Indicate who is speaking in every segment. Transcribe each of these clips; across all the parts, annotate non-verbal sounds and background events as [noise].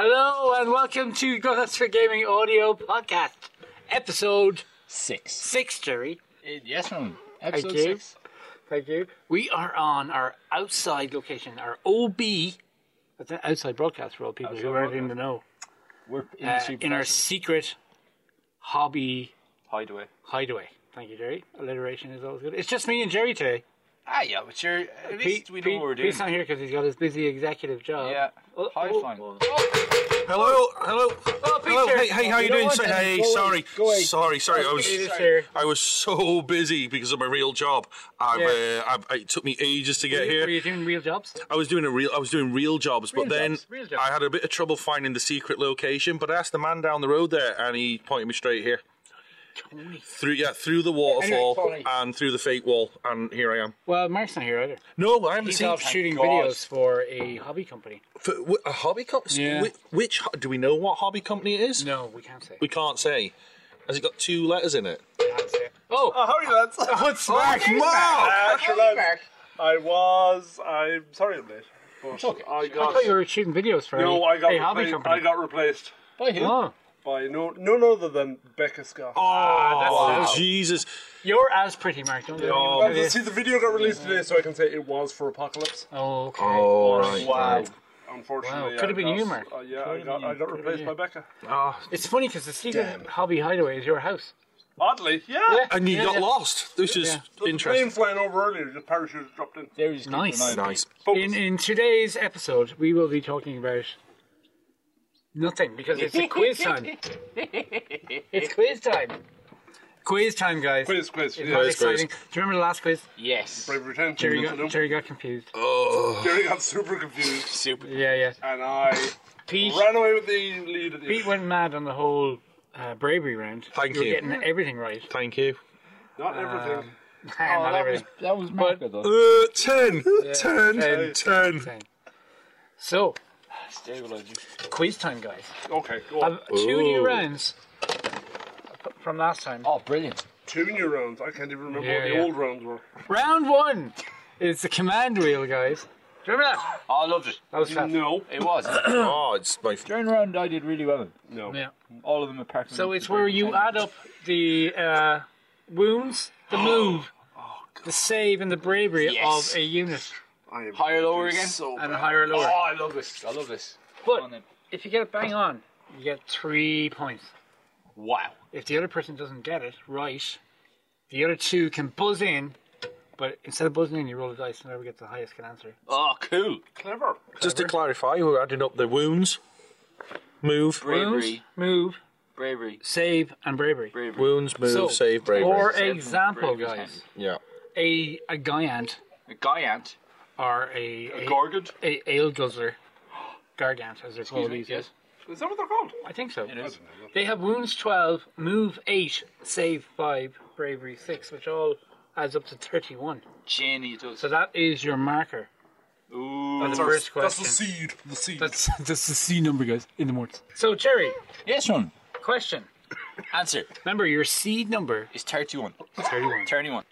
Speaker 1: Hello and welcome to Got Us for Gaming Audio Podcast, episode
Speaker 2: Six.
Speaker 1: six, Jerry.
Speaker 2: Eh, Yes, ma'am. Episode
Speaker 1: you.
Speaker 2: six.
Speaker 1: Thank you. We are on our outside location, our OB. That's an outside broadcast for all people who
Speaker 2: Outside
Speaker 1: aren't in the know.
Speaker 2: We're in,
Speaker 1: Uh,
Speaker 2: the super
Speaker 1: in our secret hobby
Speaker 2: hideaway.
Speaker 1: hideaway. Thank you, Jerry. Alliteration is always good. It's just me and Jerry today.
Speaker 2: Ah, yeah, but you're. At least we know what we're doing.
Speaker 1: Pete's not here because he's got his busy executive job.
Speaker 2: yeah.
Speaker 1: Oh,
Speaker 2: High
Speaker 1: oh.
Speaker 2: flying.
Speaker 3: Hello, hello,
Speaker 1: Oh, Peter.
Speaker 3: hello. Hey, hey, how you
Speaker 2: You know
Speaker 3: doing?
Speaker 2: what,
Speaker 3: Say,
Speaker 2: Dennis,
Speaker 3: hey,
Speaker 2: go
Speaker 3: sorry,
Speaker 2: away, go away.
Speaker 3: sorry, sorry. I
Speaker 1: Peter is
Speaker 3: was,
Speaker 1: here.
Speaker 3: I was so busy because of my real job. I, uh, I, it took me ages to get
Speaker 1: Were
Speaker 3: here.
Speaker 1: you doing real jobs?
Speaker 3: I was doing a real, I was doing real jobs, but then
Speaker 1: jobs, real jobs.
Speaker 3: I had a bit of trouble finding the secret location. But I asked the man down the road there, and he pointed me straight here. Through yeah, through the waterfall
Speaker 2: Tony.
Speaker 3: and through the fake wall, and here I am.
Speaker 1: Well, Mark's not here either.
Speaker 3: No, I haven't
Speaker 1: He's
Speaker 3: seen
Speaker 1: off shooting
Speaker 2: God.
Speaker 1: videos for a hobby company.
Speaker 3: for, wh- a hobby company.
Speaker 1: Yeah.
Speaker 3: Which, which ho- do we know what hobby company it is?
Speaker 1: No, we can't say.
Speaker 3: We can't say. Has it got two letters in it?
Speaker 1: Oh, [laughs]
Speaker 4: Uh, how are you, lads?
Speaker 3: Oh, it's Mark!
Speaker 1: Ah,
Speaker 4: Uh, sure, lads. I was. I'm sorry I'm late. But I
Speaker 1: I
Speaker 4: got.
Speaker 1: thought you were shooting videos for
Speaker 4: no,
Speaker 1: a,
Speaker 4: I got.
Speaker 1: a hobby
Speaker 4: replaced,
Speaker 1: company.
Speaker 4: I got replaced
Speaker 2: By who?
Speaker 1: oh,
Speaker 4: by no none other than Becca Scott.
Speaker 3: Oh, Jesus.
Speaker 1: you're as pretty, Mark. Don't you?
Speaker 3: Oh,
Speaker 4: Uh, see, the video got released today, so I can say it was for Apocalypse.
Speaker 1: Oh, okay.
Speaker 3: All right.
Speaker 4: Wow.
Speaker 1: Wow,
Speaker 4: Unfortunately,
Speaker 1: could've
Speaker 4: I
Speaker 1: been
Speaker 4: got-
Speaker 1: you, Mark.
Speaker 4: Uh, yeah, I got, I got replaced by Becca.
Speaker 3: Ah,
Speaker 1: It's funny because the secret hobby hideaway is your house.
Speaker 4: Oddly, yeah.
Speaker 3: And you
Speaker 1: Yeah,
Speaker 3: got
Speaker 1: yeah.
Speaker 3: lost. This is
Speaker 1: Yeah.
Speaker 4: Plane
Speaker 3: interesting.
Speaker 4: flying over earlier, just parachutes dropped in.
Speaker 2: There he's
Speaker 1: Nice.
Speaker 2: keeping an eye on
Speaker 3: Nice.
Speaker 4: Focus.
Speaker 1: In in today's episode, we will be talking about nothing because it's a quiz time. it's quiz time. Quiz time, guys.
Speaker 4: quiz, quiz.
Speaker 1: It's
Speaker 4: Yeah.
Speaker 1: not
Speaker 3: Quiz, quiz.
Speaker 1: exciting. Do you remember the last quiz?
Speaker 2: me. Yes.
Speaker 4: Bravery 10.
Speaker 1: Jerry
Speaker 4: Nothing
Speaker 1: got,
Speaker 4: to do.
Speaker 1: Jerry got confused.
Speaker 3: Oh.
Speaker 4: Jerry got super confused,
Speaker 2: Super.
Speaker 1: Yeah, yeah. [laughs]
Speaker 4: and I
Speaker 1: Pete,
Speaker 4: ran away with the lead at the
Speaker 1: Pete went mad on the whole uh, bravery round.
Speaker 3: Thank
Speaker 1: you. were
Speaker 3: you.
Speaker 1: getting everything right.
Speaker 3: Thank you.
Speaker 4: Not everything.
Speaker 1: [laughs] Not
Speaker 2: Oh, that, was,
Speaker 1: everything.
Speaker 2: that was Marco, though.
Speaker 3: Uh, 10, 10,
Speaker 1: ten,
Speaker 3: 10.
Speaker 1: So,
Speaker 2: Stabilizer.
Speaker 1: quiz time, guys.
Speaker 4: okay, go on.
Speaker 1: I've two new
Speaker 3: Ooh.
Speaker 1: rounds from last time.
Speaker 2: Oh, brilliant.
Speaker 4: Two new rounds. I can't even remember
Speaker 1: Yeah,
Speaker 4: what the
Speaker 1: yeah.
Speaker 4: old rounds were.
Speaker 1: Round one is the command wheel, guys. Do you remember that?
Speaker 2: I loved it.
Speaker 1: That was fast.
Speaker 4: No,
Speaker 2: It [coughs] was.
Speaker 3: Oh, it's my.
Speaker 2: During round, I did really well.
Speaker 4: no.
Speaker 1: Yeah.
Speaker 2: All of them apart from
Speaker 1: So it's where you add up the uh, wounds, the move, the save, and the bravery
Speaker 2: Yes.
Speaker 1: of a unit,
Speaker 4: I am
Speaker 2: Higher, lower again?
Speaker 4: So
Speaker 1: and
Speaker 4: bad.
Speaker 1: a higher or
Speaker 2: Oh,
Speaker 1: lower.
Speaker 2: I love this. I love this.
Speaker 1: But if you get it bang on, you get three points.
Speaker 2: Wow.
Speaker 1: If the other person doesn't get it right, the other two can buzz in, but instead of buzzing in, you roll a dice, and whoever gets the highest can answer.
Speaker 2: Oh, cool.
Speaker 4: clever.
Speaker 3: Just to clarify, we're adding up the wounds. Move,
Speaker 2: Bravery.
Speaker 1: Wounds, move,
Speaker 2: Bravery.
Speaker 1: save, and bravery.
Speaker 2: Bravery.
Speaker 3: wounds, move,
Speaker 1: So,
Speaker 3: save, bravery.
Speaker 1: For
Speaker 2: Save and
Speaker 1: example,
Speaker 2: bravery
Speaker 1: guys,
Speaker 3: yeah.
Speaker 1: a a giant
Speaker 2: A guy ant.
Speaker 1: or a a,
Speaker 2: Gorgon.
Speaker 1: a ale guzzler, gargant as they're called
Speaker 2: me,
Speaker 1: these days.
Speaker 2: yes.
Speaker 4: Is that what they're called?
Speaker 1: I think so.
Speaker 2: It is.
Speaker 1: They have wounds twelve, move eight, save five, bravery six, which all adds up to thirty-one.
Speaker 2: Jenny it does.
Speaker 1: So that is your marker.
Speaker 2: Ooh.
Speaker 1: That's the first
Speaker 4: That's
Speaker 1: question.
Speaker 4: the seed. The seed.
Speaker 1: That's [laughs] that's the C number, guys, in the morning. So, Jerry,
Speaker 2: Yes, one.
Speaker 1: question.
Speaker 2: Answer
Speaker 1: Remember, your seed number
Speaker 2: is 31.
Speaker 1: is 31.
Speaker 2: 31.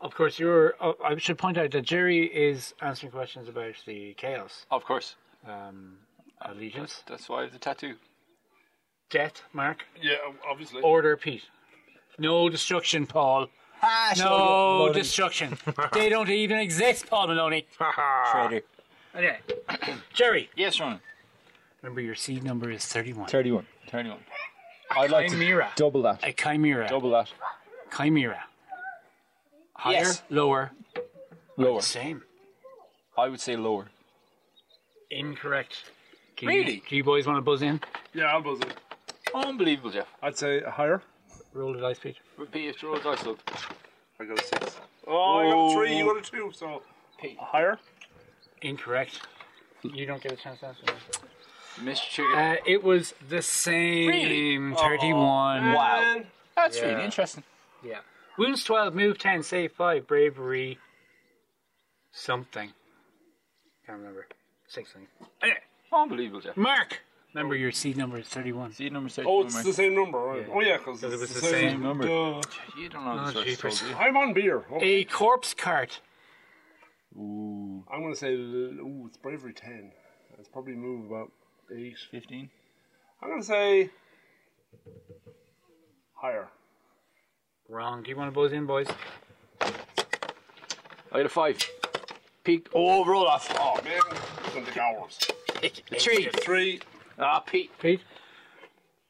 Speaker 1: Of course, you're. Oh, I should point out that Jerry is answering questions about the Chaos
Speaker 2: Of course.
Speaker 1: um, Allegiance,
Speaker 2: That's why I have the tattoo.
Speaker 1: Death, Mark,
Speaker 4: yeah, obviously.
Speaker 1: Order, Pete. No destruction, Paul.
Speaker 2: Ah,
Speaker 1: No destruction. they don't even exist, Paul Maloney.
Speaker 3: Ah.
Speaker 2: Shredder.
Speaker 1: Okay. [clears throat] Jerry,
Speaker 2: Yes, Ronan.
Speaker 1: remember, your seed number is 31.
Speaker 2: 31. 31. I'd like
Speaker 1: Chimera.
Speaker 2: to double that.
Speaker 1: A chimera.
Speaker 2: Double that.
Speaker 1: Chimera. Higher,
Speaker 2: Yes.
Speaker 1: lower,
Speaker 2: Lower.
Speaker 1: same.
Speaker 2: I would say lower.
Speaker 1: Incorrect. Do you-
Speaker 2: Really?
Speaker 1: Do you boys want to buzz in?
Speaker 4: Yeah, I'll buzz it.
Speaker 2: Unbelievable, Jeff.
Speaker 4: I'd say higher.
Speaker 1: Roll the dice, Pete.
Speaker 2: Repeat it, roll dice up.
Speaker 4: I got a six. Oh, I got a three. You got a two. So
Speaker 2: Pete.
Speaker 4: higher.
Speaker 1: Incorrect. You don't get a chance to answer.
Speaker 2: Mr. Trigger.
Speaker 1: Uh, it was the same.
Speaker 2: Really? Oh. Uh.
Speaker 1: 31.
Speaker 2: Wow.
Speaker 4: And
Speaker 2: That's
Speaker 1: yeah.
Speaker 2: really interesting.
Speaker 1: Yeah. Wounds 12, move 10, save 5, bravery. Something. Can't remember. Something. Anyway,
Speaker 2: Unbelievable, Jeff.
Speaker 1: Mark! Remember your seed number is 31.
Speaker 2: See number six.
Speaker 4: Oh, it's the same number. Right? Oh yeah, because
Speaker 1: it was
Speaker 4: it's
Speaker 1: the same
Speaker 2: number.
Speaker 4: Duh.
Speaker 2: You don't know
Speaker 1: Oh,
Speaker 2: the
Speaker 1: jeepers.
Speaker 2: source.
Speaker 4: I'm on beer. Oh,
Speaker 1: A corpse cart.
Speaker 2: Ooh.
Speaker 4: I'm gonna say. l- Ooh, it's bravery ten. It's probably move about eight.
Speaker 2: 15.
Speaker 4: I'm gonna say higher.
Speaker 1: Wrong. Do you want to both in, boys?
Speaker 2: I got a 5. Pete. Oh, roll off.
Speaker 4: Oh man, it's in the hours.
Speaker 2: 3.
Speaker 3: Three.
Speaker 2: Ah, Pete.
Speaker 1: Pete?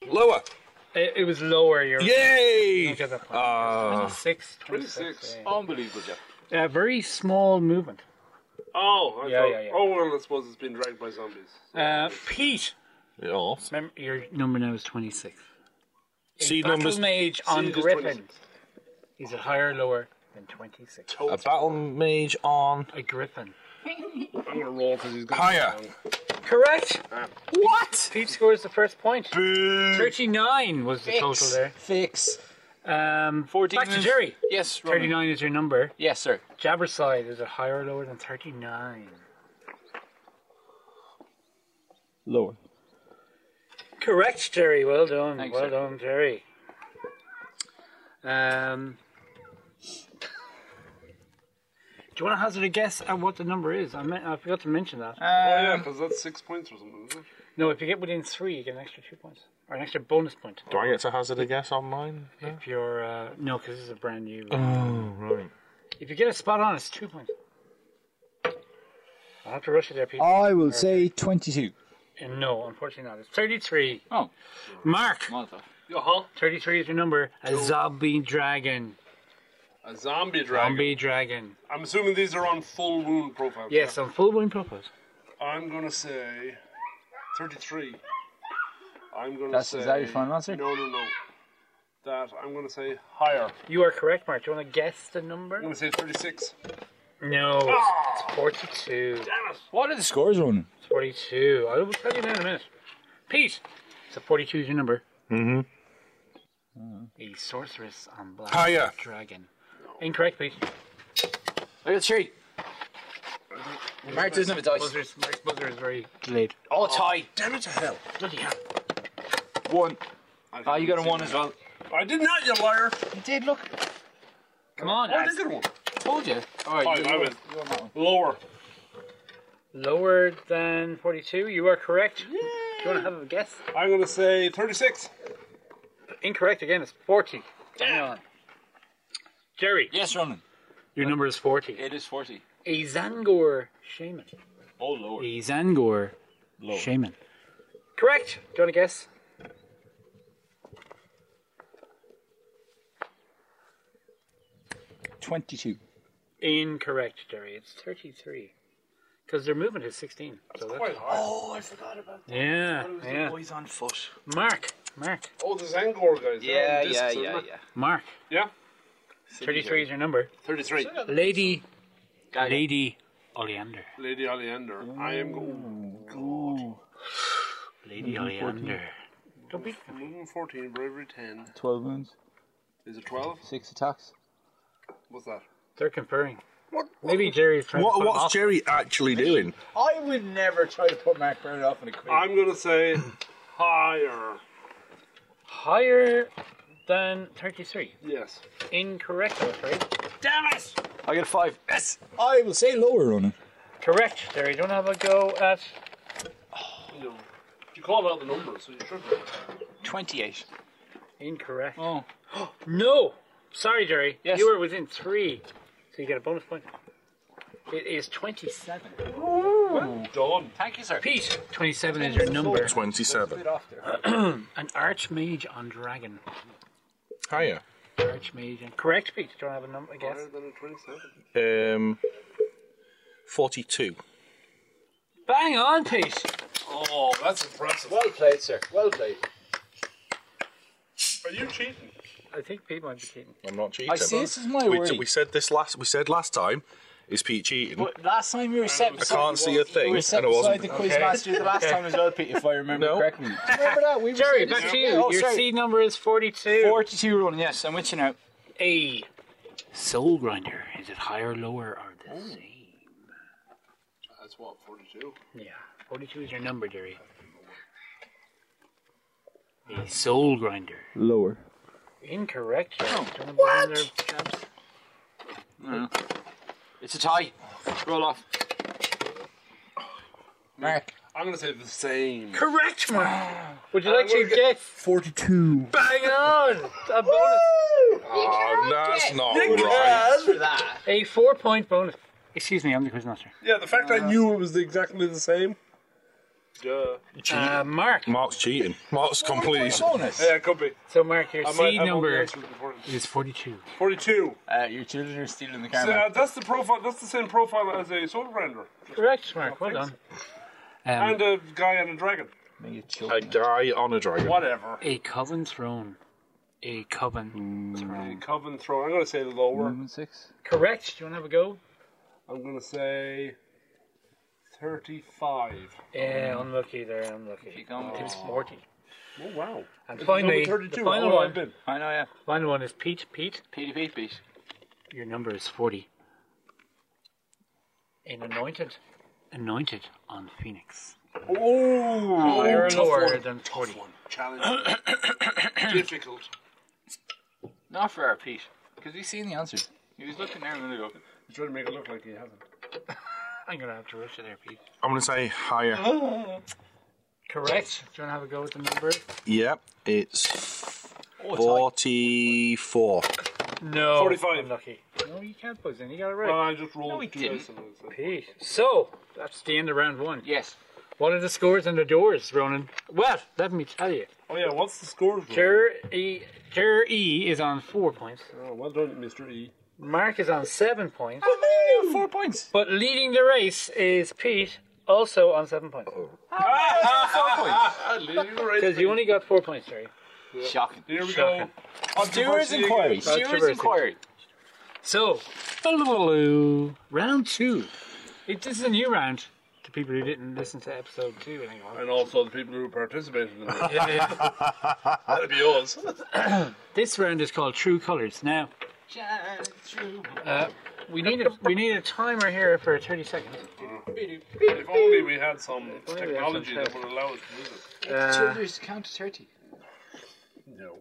Speaker 3: Lower.
Speaker 1: It, it was lower. You're
Speaker 3: Yay!
Speaker 1: Look at that.
Speaker 3: Ah.
Speaker 1: Six, 26. yeah.
Speaker 2: Unbelievable, Jeff.
Speaker 1: A Uh, very small movement.
Speaker 4: Oh, I
Speaker 1: Yeah,
Speaker 4: thought-
Speaker 1: yeah, yeah.
Speaker 4: Oh well, I suppose it's been dragged by zombies.
Speaker 1: Uh, Pete,
Speaker 3: Yeah.
Speaker 1: remember, your number now is 26.
Speaker 3: Seed
Speaker 1: Battle
Speaker 3: numbers.
Speaker 1: Mage on
Speaker 4: Seed is
Speaker 1: Griffin.
Speaker 4: 26.
Speaker 1: Is it higher or lower than 26?
Speaker 3: A battle mage on
Speaker 1: A Griffin.
Speaker 4: I'm gonna roll because he's got
Speaker 3: higher.
Speaker 1: Correct.
Speaker 3: What?
Speaker 1: Pete scores the first point.
Speaker 3: Boo.
Speaker 1: 39 was the total there.
Speaker 5: Fix.
Speaker 1: Um,
Speaker 2: 14.
Speaker 1: Back to
Speaker 2: is-
Speaker 1: Jerry.
Speaker 2: Yes, Ronan.
Speaker 1: 39 is your number.
Speaker 2: Yes, sir.
Speaker 1: Jabberside, is it higher or lower than 39?
Speaker 5: Lower.
Speaker 1: Correct, Jerry. Well done.
Speaker 2: Thanks,
Speaker 1: well
Speaker 2: sir.
Speaker 1: done, Jerry. Um, do you want to hazard a guess at what the number is? I, meant, I forgot to mention that.
Speaker 2: Uh,
Speaker 4: Oh yeah, because that's six points or something. Isn't it?
Speaker 1: No, if you get within three, you get an extra two points or an extra bonus point.
Speaker 3: Do I get to hazard a guess on mine?
Speaker 1: If you're uh, no, because this is a brand new.
Speaker 2: Um,
Speaker 3: Oh, right.
Speaker 1: If you get a spot on, it's two points. I'll have to rush it there, Pete.
Speaker 2: Uh,
Speaker 5: I will say 22.
Speaker 1: And no, unfortunately not. It's 33.
Speaker 2: Oh,
Speaker 1: Mark,
Speaker 2: Molotov.
Speaker 1: 33 is your number. A zombie dragon.
Speaker 4: A zombie dragon.
Speaker 1: Zombie dragon.
Speaker 4: I'm assuming these are on full wound profiles.
Speaker 1: Yes, on full wound purpose.
Speaker 4: I'm gonna say thirty-three. I'm gonna
Speaker 5: That's-
Speaker 4: say.
Speaker 5: is that your final answer?
Speaker 4: No, no, no. That I'm gonna say higher.
Speaker 1: You are correct, Mark. Do you want to guess the number? Ah.
Speaker 4: I'm gonna say thirty-six.
Speaker 1: No, it's, it's 42.
Speaker 2: What are the score?
Speaker 5: Scores running.
Speaker 1: It's 42. I will tell you that in a minute. Pete! So 42 is your number. Mm-hmm.
Speaker 3: Mhm.
Speaker 1: A sorceress on black
Speaker 3: Hiya.
Speaker 1: dragon. Incorrect, Pete.
Speaker 2: I got 3. Mark doesn't have a dice.
Speaker 1: Buzzer's, Mark's buzzer is very delayed.
Speaker 2: Oh, tie.
Speaker 3: Damn it to hell.
Speaker 1: Bloody hell.
Speaker 2: 1. Ah, you got a 1 as well.
Speaker 4: I did not, you liar. Oh,
Speaker 5: You did, look.
Speaker 1: Come on,
Speaker 4: I
Speaker 1: lads.
Speaker 4: did get one.
Speaker 2: Told you. All
Speaker 4: Oh,
Speaker 2: right.
Speaker 4: I went lower.
Speaker 1: Lower than 42. You are correct. Do you want to have a guess?
Speaker 4: I'm gonna say thirty-six.
Speaker 1: Incorrect again. It's 40. Hang on. Jerry,
Speaker 2: Yes, Ronan.
Speaker 1: your number is 40.
Speaker 2: It is 40.
Speaker 1: A Zangor shaman.
Speaker 2: Oh, Lord.
Speaker 1: A Zangor shaman. Correct. Do you want to guess?
Speaker 5: Twenty-two.
Speaker 1: Incorrect, Jerry. It's 33. Because their movement is 16. so that's
Speaker 4: Quite high.
Speaker 2: Oh, I forgot about
Speaker 1: Yeah, yeah.
Speaker 2: Boys on foot.
Speaker 1: Mark, Mark,
Speaker 4: Oh, the Zangor guys. they're on discs, isn't it?
Speaker 1: Mark.
Speaker 4: Yeah.
Speaker 1: 33 is your number.
Speaker 4: Thirty-three.
Speaker 1: Lady, Lady Oleander.
Speaker 4: Lady Oleander. I am going
Speaker 1: Lady Oleander. Don't be.
Speaker 4: moving fourteen, bravery ten.
Speaker 5: Twelve wounds.
Speaker 4: Is it twelve?
Speaker 5: Six attacks.
Speaker 4: What's that?
Speaker 1: They're conferring. Maybe Jerry's trying to
Speaker 3: What,
Speaker 1: put them off.
Speaker 3: what's Jerry actually doing?
Speaker 5: I would never try to put Mark Brown off in a quiz.
Speaker 4: I'm gonna say higher.
Speaker 1: higher than 33.
Speaker 4: Yes.
Speaker 1: Incorrect, I'm afraid.
Speaker 2: I got 5. Yes.
Speaker 5: I will say lower running.
Speaker 1: Correct, Jerry. Don't have a go at.
Speaker 4: You, you called out the numbers, so you should.
Speaker 2: 28.
Speaker 1: Incorrect.
Speaker 2: Oh.
Speaker 1: [gasps] No! Sorry, Jerry.
Speaker 2: Yes.
Speaker 1: You were within three, so you get a bonus point. It is 27.
Speaker 4: Done.
Speaker 2: Thank you, sir.
Speaker 1: Pete, 27 is your number.
Speaker 3: 27.
Speaker 1: An archmage on dragon.
Speaker 3: Higher.
Speaker 1: Archmage and correct, Pete. Do you want to have a number? I guess
Speaker 4: Higher than a twenty-seven.
Speaker 3: Um, 42.
Speaker 1: bang on, Pete.
Speaker 4: Oh, that's impressive.
Speaker 5: Well played, sir. Well played.
Speaker 4: Are you cheating?
Speaker 1: I think Pete might be cheating.
Speaker 3: I'm not cheating.
Speaker 5: I see. This is my
Speaker 3: we,
Speaker 5: worry.
Speaker 3: we said this last. We said last time. Is Pete cheating?
Speaker 5: But last time you were set.
Speaker 3: I can't see a
Speaker 5: You
Speaker 3: thing,
Speaker 5: were
Speaker 3: and
Speaker 5: set
Speaker 3: I
Speaker 5: beside
Speaker 3: wasn't.
Speaker 5: the quiz master the last time as well, Pete, if I remember
Speaker 3: No.
Speaker 5: correctly. Do you remember that? We were
Speaker 1: Jerry,
Speaker 5: saying
Speaker 1: back
Speaker 5: this-
Speaker 1: to you.
Speaker 5: Oh,
Speaker 1: your
Speaker 5: sorry.
Speaker 1: seed number is 42.
Speaker 2: 42 Ronan, yes. I'm with you now.
Speaker 1: A soul grinder. Is it higher, lower, or the same?
Speaker 4: That's what forty-two.
Speaker 1: Yeah, 42 is your number, Jerry. A soul grinder.
Speaker 5: Lower.
Speaker 1: Incorrect. Jerry. Do you wanna put in there, chaps?
Speaker 2: It's a tie. Roll off.
Speaker 5: Mark,
Speaker 4: I'm I'm going to say the same.
Speaker 1: Correct, man. Ah, Would you like to get
Speaker 5: 42.
Speaker 1: bang on a bonus,
Speaker 3: Oh, that's not right.
Speaker 4: Yeah,
Speaker 1: a four-point bonus? Excuse me, I'm the quizmaster.
Speaker 4: yeah, the fact
Speaker 2: Uh,
Speaker 4: I knew it was exactly the same. Yeah,
Speaker 3: Cheating.
Speaker 1: Uh, Mark.
Speaker 3: Mark's cheating. Mark's completely.
Speaker 5: Bonus.
Speaker 4: yeah, it could be.
Speaker 1: So Mark, your
Speaker 4: I
Speaker 1: seed
Speaker 4: have all the
Speaker 1: number
Speaker 4: answers before.
Speaker 1: is 42.
Speaker 4: Forty-two.
Speaker 5: Uh, your children are stealing the
Speaker 4: So,
Speaker 5: camera.
Speaker 4: uh, that's the profile. That's the same profile as a soul render
Speaker 1: Correct, Mark. Well done. Oh, Um,
Speaker 4: and a guy and a dragon.
Speaker 5: Make it
Speaker 3: A
Speaker 5: children.
Speaker 3: guy on a dragon.
Speaker 4: Whatever.
Speaker 1: a coven throne. A coven throne.
Speaker 4: Coven throne. I'm going to say the lower.
Speaker 5: One, six.
Speaker 1: Correct. Do you want to have a go?
Speaker 4: I'm going to say thirty-five.
Speaker 1: Yeah, unlucky there. Unlucky. It was 40.
Speaker 4: Oh wow.
Speaker 1: And finally,
Speaker 4: Number
Speaker 1: the
Speaker 4: 32.
Speaker 1: final
Speaker 4: oh,
Speaker 1: one.
Speaker 4: I've been.
Speaker 2: I know, yeah.
Speaker 1: Final one is Pete. Pete,
Speaker 2: Petey Pete Pete.
Speaker 1: your number is 40. An anointed. Anointed on Phoenix.
Speaker 4: Oh,
Speaker 1: Higher
Speaker 4: tough
Speaker 1: lower
Speaker 4: one.
Speaker 1: than 40.
Speaker 4: Challenge. Difficult.
Speaker 2: Not for our Pete.
Speaker 5: Because we seen the answer.
Speaker 2: He was looking there a minute ago.
Speaker 4: He's trying to make it look like he hasn't.
Speaker 1: I'm going to have to rush you there, Pete.
Speaker 3: I'm going to say higher.
Speaker 1: Correct. Do you want to have a go with the number?
Speaker 3: Yep, Oh, it's 44.
Speaker 1: No.
Speaker 4: 45.
Speaker 1: Unlucky. No, you can't buzz in. You got it right.
Speaker 4: Well, I just rolled
Speaker 2: he
Speaker 4: two
Speaker 2: didn't.
Speaker 4: dice and it was-
Speaker 1: Pete. So, that's the end of round one.
Speaker 2: Yes.
Speaker 1: What are the scores and the doors, Ronan? Well, let me tell you.
Speaker 4: Oh yeah, what's the score? Ronan?
Speaker 1: Ter E, Ter e is on four points.
Speaker 4: Oh, well done, Mr. E.
Speaker 1: Mark is on seven points.
Speaker 5: Four points.
Speaker 1: But leading the race is Pete, also on seven points.
Speaker 4: Ah,
Speaker 1: Because you only got four points, sorry.
Speaker 2: Shocking.
Speaker 4: Here we go.
Speaker 1: Shocking.
Speaker 5: Stewards
Speaker 4: Controversy.
Speaker 5: inquiries.
Speaker 2: Stewards
Speaker 1: Controversy.
Speaker 2: inquiry.
Speaker 1: So, round two. It, this is a new round to people who didn't listen to episode two. I think it was.
Speaker 4: And also the people who participated in it.
Speaker 1: Yeah, yeah.
Speaker 4: That'd
Speaker 1: [laughs]
Speaker 4: be yours.
Speaker 1: this round is called True Colors. Now, uh, we need a we need a timer here for 30 seconds.
Speaker 4: if only we had some
Speaker 1: we had some
Speaker 4: technology that
Speaker 1: tech.
Speaker 4: would allow us to do this.
Speaker 1: Uh,
Speaker 5: Children's count to 30.
Speaker 4: No.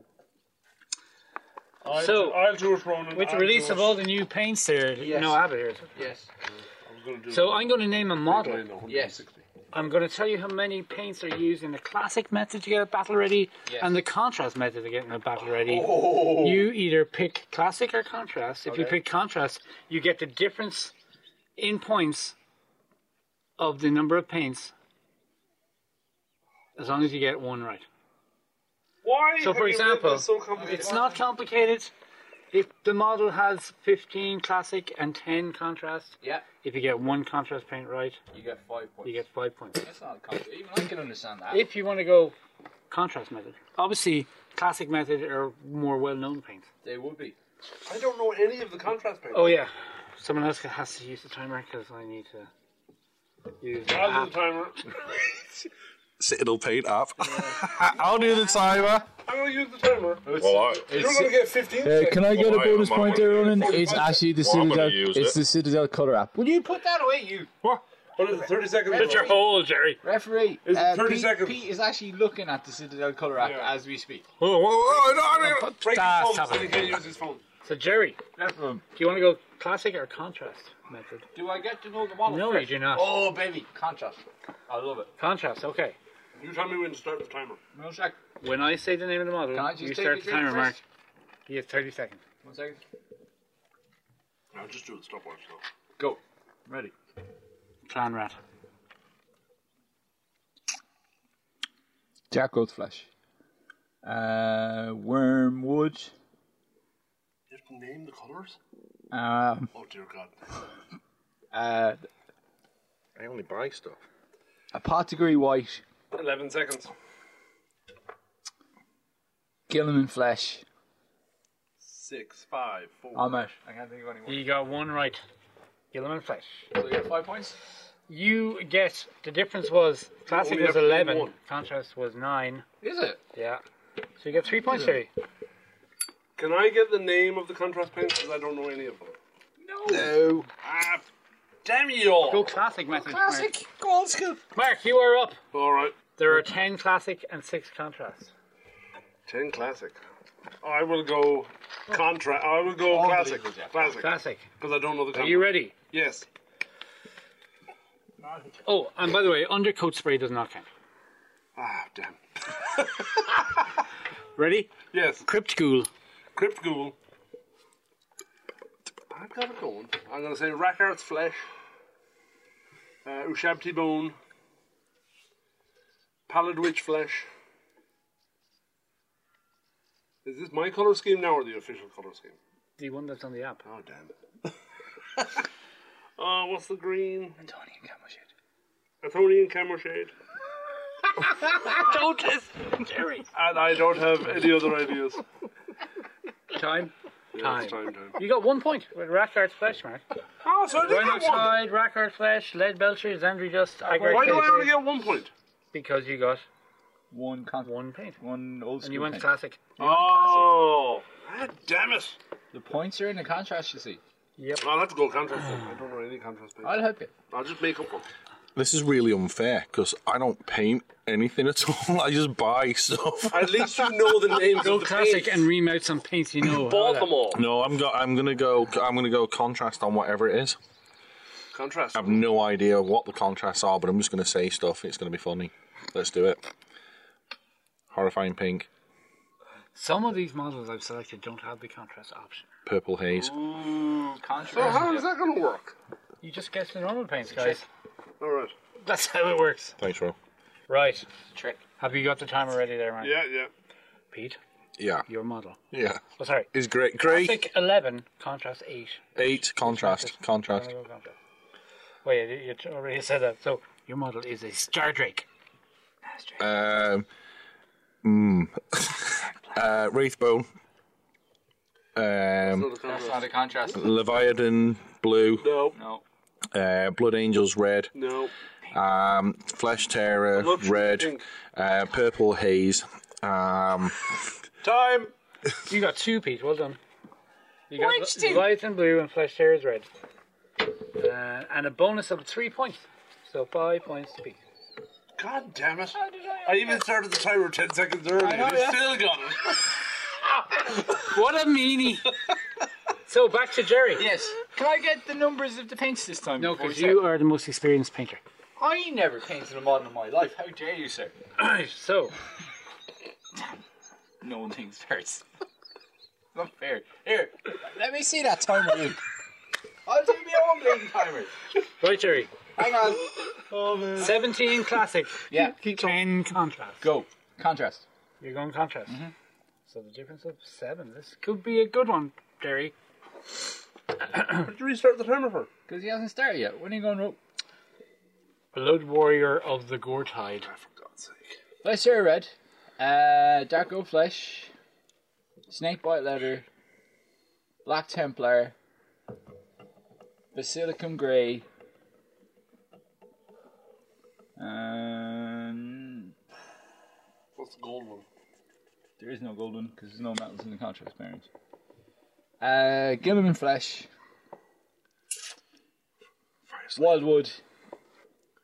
Speaker 4: I'll
Speaker 1: So,
Speaker 4: do, I'll do it, Ronan.
Speaker 1: with the
Speaker 4: I'll
Speaker 1: release
Speaker 4: do
Speaker 1: of
Speaker 4: it.
Speaker 1: all the new paints there, no Abbott here.
Speaker 2: Yes.
Speaker 4: I'm gonna do it.
Speaker 1: So I'm going to name a model.
Speaker 2: Yes.
Speaker 1: I'm going to tell you how many paints are used in the classic method to get a battle ready
Speaker 2: Yes.
Speaker 1: and the contrast method to getting a battle ready. You either pick classic or contrast. If you pick contrast, you get the difference in points of the number of paints as long as you get one right.
Speaker 4: Why?
Speaker 1: So,
Speaker 4: have
Speaker 1: for
Speaker 4: you made
Speaker 1: example,
Speaker 4: this so complicated?
Speaker 1: It's not complicated. If the model has 15 classic and 10 contrast,
Speaker 2: Yeah.
Speaker 1: if you get one contrast paint right,
Speaker 2: You get five points.
Speaker 1: you get five points.
Speaker 2: That's not a contract. Even I can understand that.
Speaker 1: if you want to go contrast method, obviously classic method are more well-known paints.
Speaker 2: They would be.
Speaker 4: I don't know any of the contrast papers.
Speaker 1: Oh yeah, someone else has to use the timer because I need to use. The
Speaker 4: I'll do
Speaker 1: app.
Speaker 4: the timer.
Speaker 3: Citadel Paint app. [laughs] I'll do the timer.
Speaker 4: I'm gonna use the timer.
Speaker 3: Well, I,
Speaker 4: You're gonna get 15
Speaker 5: Uh, can I get
Speaker 3: Well,
Speaker 5: a
Speaker 3: I-
Speaker 5: bonus
Speaker 3: I'm
Speaker 5: point
Speaker 3: gonna-
Speaker 5: there, Ronan? It's actually the
Speaker 3: Well, I'm gonna
Speaker 5: Citadel.
Speaker 3: use
Speaker 5: It's
Speaker 3: it.
Speaker 5: the Citadel color app. Will you put that away, you
Speaker 4: What is it, 30 seconds?
Speaker 1: That's your hole, Jerry.
Speaker 5: referee?
Speaker 4: Is it
Speaker 2: Uh,
Speaker 4: 30
Speaker 5: Pete,
Speaker 4: seconds?
Speaker 5: Pete is actually looking at the Citadel color app
Speaker 4: Yeah.
Speaker 5: as we speak.
Speaker 3: whoa, whoa, whoa, no, I don't even-
Speaker 4: Break
Speaker 1: Ah,
Speaker 4: his phone
Speaker 1: stop
Speaker 4: so
Speaker 1: it.
Speaker 4: he can't use his phone.
Speaker 1: So Jerry, do you want to go classic or contrast method?
Speaker 2: Do I get to know the model?
Speaker 1: No, you
Speaker 2: first?
Speaker 1: do not.
Speaker 2: Oh, baby. Contrast. I love it.
Speaker 1: Contrast. Okay.
Speaker 4: You tell me when to start the timer.
Speaker 2: One sec.
Speaker 1: When I say the name of the model,
Speaker 2: Can I just
Speaker 1: you
Speaker 2: take
Speaker 1: start
Speaker 2: a
Speaker 1: the
Speaker 2: drink
Speaker 1: timer, Mark.
Speaker 2: first?
Speaker 1: You have 30 seconds.
Speaker 2: One second.
Speaker 4: I'll just do the stopwatch though.
Speaker 2: Go. Ready.
Speaker 1: Clan rat.
Speaker 5: Jack Goldflash. Uh, Wormwood.
Speaker 4: You have to name the colors?
Speaker 5: Um,
Speaker 4: Oh dear god.
Speaker 5: uh,
Speaker 3: I only buy stuff.
Speaker 5: Apothecary White.
Speaker 4: 11 seconds.
Speaker 5: Gilliman Flesh.
Speaker 4: Six, five, four.
Speaker 5: I'm out.
Speaker 2: I can't think of anyone.
Speaker 1: You got one right. Gilliman Flesh.
Speaker 2: Do I get five points?
Speaker 1: You get the difference was classic
Speaker 4: Only
Speaker 1: was
Speaker 4: have
Speaker 1: 11,
Speaker 4: one.
Speaker 1: contrast was 9.
Speaker 2: Is it?
Speaker 1: Yeah. So you get three points, Jerry.
Speaker 4: Can I get the name of the contrast paints? Because I don't know any of them.
Speaker 5: No.
Speaker 4: Ah, damn you all!
Speaker 1: Go classic method. Mark.
Speaker 5: Classic. Gold scoop.
Speaker 1: Mark, you are up.
Speaker 4: Alright.
Speaker 1: There are 10 classic and 6 contrast.
Speaker 4: 10 classic. I will go contrast. I will go classic. Classic.
Speaker 1: Classic.
Speaker 4: Because I don't know the
Speaker 1: Are
Speaker 4: contrast.
Speaker 1: you ready?
Speaker 4: Yes.
Speaker 1: Oh, and by the way, undercoat spray does not count.
Speaker 6: Ah, damn.
Speaker 1: Ready?
Speaker 4: Yes.
Speaker 1: Crypt Ghoul.
Speaker 4: Crypt Ghoul.
Speaker 6: I've got it going.
Speaker 4: I'm going to say Rackart's Flesh. Uh, Ushabti Bone. Pallid Witch Flesh. Is this my colour scheme now or the official colour scheme?
Speaker 1: The one that's on the app.
Speaker 6: Oh, damn.
Speaker 4: [laughs] Oh, what's the green?
Speaker 5: Tony and Camel shit.
Speaker 4: Athonian Camera Shade.
Speaker 1: Don't listen, Jerry.
Speaker 4: And I don't have any
Speaker 6: [laughs]
Speaker 4: other ideas.
Speaker 1: Time. Time.
Speaker 4: Time, time.
Speaker 1: You got one point with Rackard's flesh, Mark.
Speaker 4: Oh, so I did
Speaker 1: Rhino
Speaker 4: get one.
Speaker 1: Side, Rackard flesh, Lead Belcher, Zandri Dust, Agri
Speaker 4: Why do I only get one point?
Speaker 1: Because you got
Speaker 5: One con- one,
Speaker 1: one point.
Speaker 5: old school.
Speaker 1: And you went
Speaker 5: thing.
Speaker 1: classic.
Speaker 4: Oh, God damn it.
Speaker 5: The points are in the contrast, you see.
Speaker 4: I'll have to go contrast then. I don't know any contrast paint.
Speaker 5: I'll help you.
Speaker 4: I'll just make [laughs] up one.
Speaker 3: This is really unfair because I don't paint anything at all. [laughs] I just buy stuff.
Speaker 6: At least you know the names
Speaker 1: Go
Speaker 6: of the
Speaker 1: classic
Speaker 6: paints.
Speaker 1: and remount some paints you know.
Speaker 6: Bought them all.
Speaker 3: No, I'm go- I'm gonna go. I'm gonna go contrast on whatever it is.
Speaker 4: Contrast.
Speaker 3: I have no idea what the contrasts are, but I'm just gonna say stuff. It's gonna be funny. Let's do it. Horrifying pink,
Speaker 1: Some of these models I've selected don't have the contrast option.
Speaker 3: purple haze.
Speaker 4: So how is that going to work?
Speaker 1: You just guess the normal paints, guys.
Speaker 4: All right.
Speaker 1: That's how it works.
Speaker 3: Thanks, Rob.
Speaker 1: Right.
Speaker 5: Trick.
Speaker 1: Have you got the timer ready there, Mark?
Speaker 4: Yeah, yeah.
Speaker 1: Pete,
Speaker 3: Yeah,
Speaker 1: your model.
Speaker 3: yeah.
Speaker 1: Oh, sorry.
Speaker 3: Is great. Great.
Speaker 1: Classic 11, contrast 8.
Speaker 3: Eight contrast. Contrast.
Speaker 1: Chrono contrast. Wait, you- you t- already said that. So, your model is a Star Drake. Uh,
Speaker 3: Um. Mm. [laughs] uh, Wraithbone. Um.
Speaker 5: That's not a contrast.
Speaker 3: Leviathan blue.
Speaker 4: No,
Speaker 5: No.
Speaker 3: Uh, Blood Angels red.
Speaker 4: no.
Speaker 3: Um. Flesh Terror
Speaker 4: Love
Speaker 3: red.
Speaker 4: pink.
Speaker 3: Uh, purple haze. Um.
Speaker 4: Time.
Speaker 1: You got two, Pete. Well done. You got li- light and blue and flesh hair is red. Uh, and a bonus of three points. So, five points to Pete.
Speaker 4: God damn it. I even started the timer 10 seconds early. and you still got [laughs] it.
Speaker 1: What a meanie! so, back to Jerry.
Speaker 5: [laughs] Yes. Can I get the numbers of the paints this time?
Speaker 1: No,
Speaker 5: before
Speaker 1: because
Speaker 5: we
Speaker 1: you
Speaker 5: start?
Speaker 1: are the most experienced painter.
Speaker 5: I never painted a model in my life. How dare you, sir?
Speaker 1: so,
Speaker 5: No one thinks first. [laughs] Not fair. Here, let me see that timer. Luke. [laughs] I'll do my own blinking timer.
Speaker 1: right, Jerry.
Speaker 5: Hang on.
Speaker 1: Oh, 17 classic,
Speaker 5: Yeah. Keep
Speaker 1: 10 contrast.
Speaker 5: Go. Contrast.
Speaker 1: You're going contrast. So, the difference of seven. This could be a good one, Jerry.
Speaker 4: What did you restart the timer for?
Speaker 5: Because he hasn't started yet. When are you going rope?
Speaker 1: Blood Warrior of the Gore Tide.
Speaker 5: Let's hear red. Uh, dark oak flesh. Snake bite leather. Black Templar. Basilicum grey. Um,
Speaker 4: What's the gold one?
Speaker 5: there is no golden because there's no metals in the contract, parents. Uh, Gilliman and flesh. Wildwood.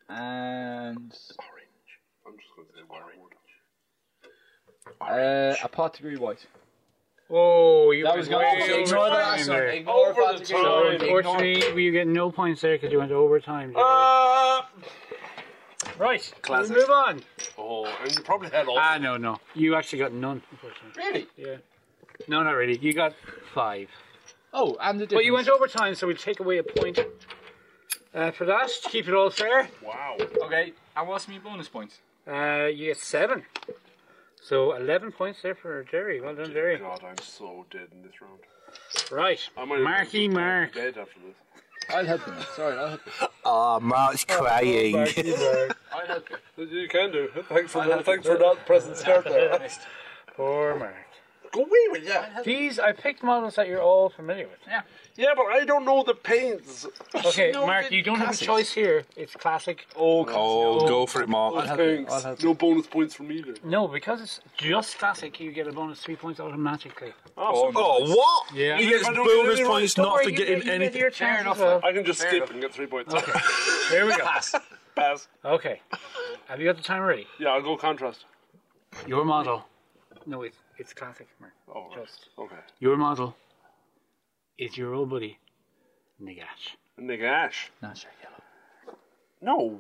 Speaker 5: And
Speaker 4: I'm just going to say Warwood.
Speaker 5: uh, apothecary white.
Speaker 1: Oh, you
Speaker 5: That
Speaker 1: went
Speaker 5: was
Speaker 1: way
Speaker 5: going to
Speaker 1: over
Speaker 5: ignore the
Speaker 1: time
Speaker 5: last one.
Speaker 1: there.
Speaker 5: Ignore
Speaker 4: Over the
Speaker 5: apothecary
Speaker 4: time.
Speaker 5: white, ignore-
Speaker 1: Unfortunately, we get no points there because you went overtime. Jerry.
Speaker 4: Uh,
Speaker 1: right,
Speaker 6: classic.
Speaker 1: we move on.
Speaker 4: oh, and you probably had all.
Speaker 1: Ah, no, no. You actually got none, unfortunately.
Speaker 5: Really?
Speaker 1: Yeah. No, not really. You got five.
Speaker 5: Oh, and the difference.
Speaker 1: But you went overtime, so we take away a point uh, for that to keep it all fair.
Speaker 4: wow.
Speaker 5: Okay, and what's my bonus points?
Speaker 1: Uh, you get seven. So 11 points there for Jerry. Well done, Jerry.
Speaker 4: God, I'm so dead in this round.
Speaker 1: Right.
Speaker 4: I might have
Speaker 1: Marky
Speaker 4: been
Speaker 1: Mark.
Speaker 4: Dead after this.
Speaker 5: I'll help you. Sorry, I'll help you.
Speaker 3: Ah, Mark's crying.
Speaker 5: I'll help you.
Speaker 4: You can do. Thanks for, thanks for not pressing start there. Oh.
Speaker 1: Poor Mark.
Speaker 4: Go away with that.
Speaker 1: These, I picked models that you're all familiar with.
Speaker 4: Yeah, but I don't know the paints.
Speaker 1: Okay, Mark, you don't have a choice here. It's classic.
Speaker 3: [laughs] oh, go for it, Mark.
Speaker 4: Thanks. No bonus points for me then.
Speaker 1: No, because it's just classic, you get a bonus three points automatically.
Speaker 4: Awesome.
Speaker 3: Oh, what?
Speaker 1: Yeah.
Speaker 3: He
Speaker 1: You
Speaker 3: gets
Speaker 4: don't
Speaker 3: bonus
Speaker 4: get it
Speaker 3: points
Speaker 4: right,
Speaker 1: Don't
Speaker 3: not
Speaker 1: worry,
Speaker 3: for
Speaker 1: you
Speaker 3: getting
Speaker 1: get- you get
Speaker 3: anything. [laughs]
Speaker 1: your chance
Speaker 5: enough,
Speaker 1: as well.
Speaker 4: I can just skip and get three points.
Speaker 1: Here we go.
Speaker 4: [laughs] Pass.
Speaker 1: Okay. Have you got the time ready?
Speaker 4: Yeah, I'll go contrast.
Speaker 1: Your model. No, it's, it's classic, Mark.
Speaker 4: Oh, right.
Speaker 1: Just.
Speaker 4: okay.
Speaker 1: Your model is your old buddy, Nagash.
Speaker 4: Nagash.
Speaker 5: Not sure, yellow.
Speaker 4: No.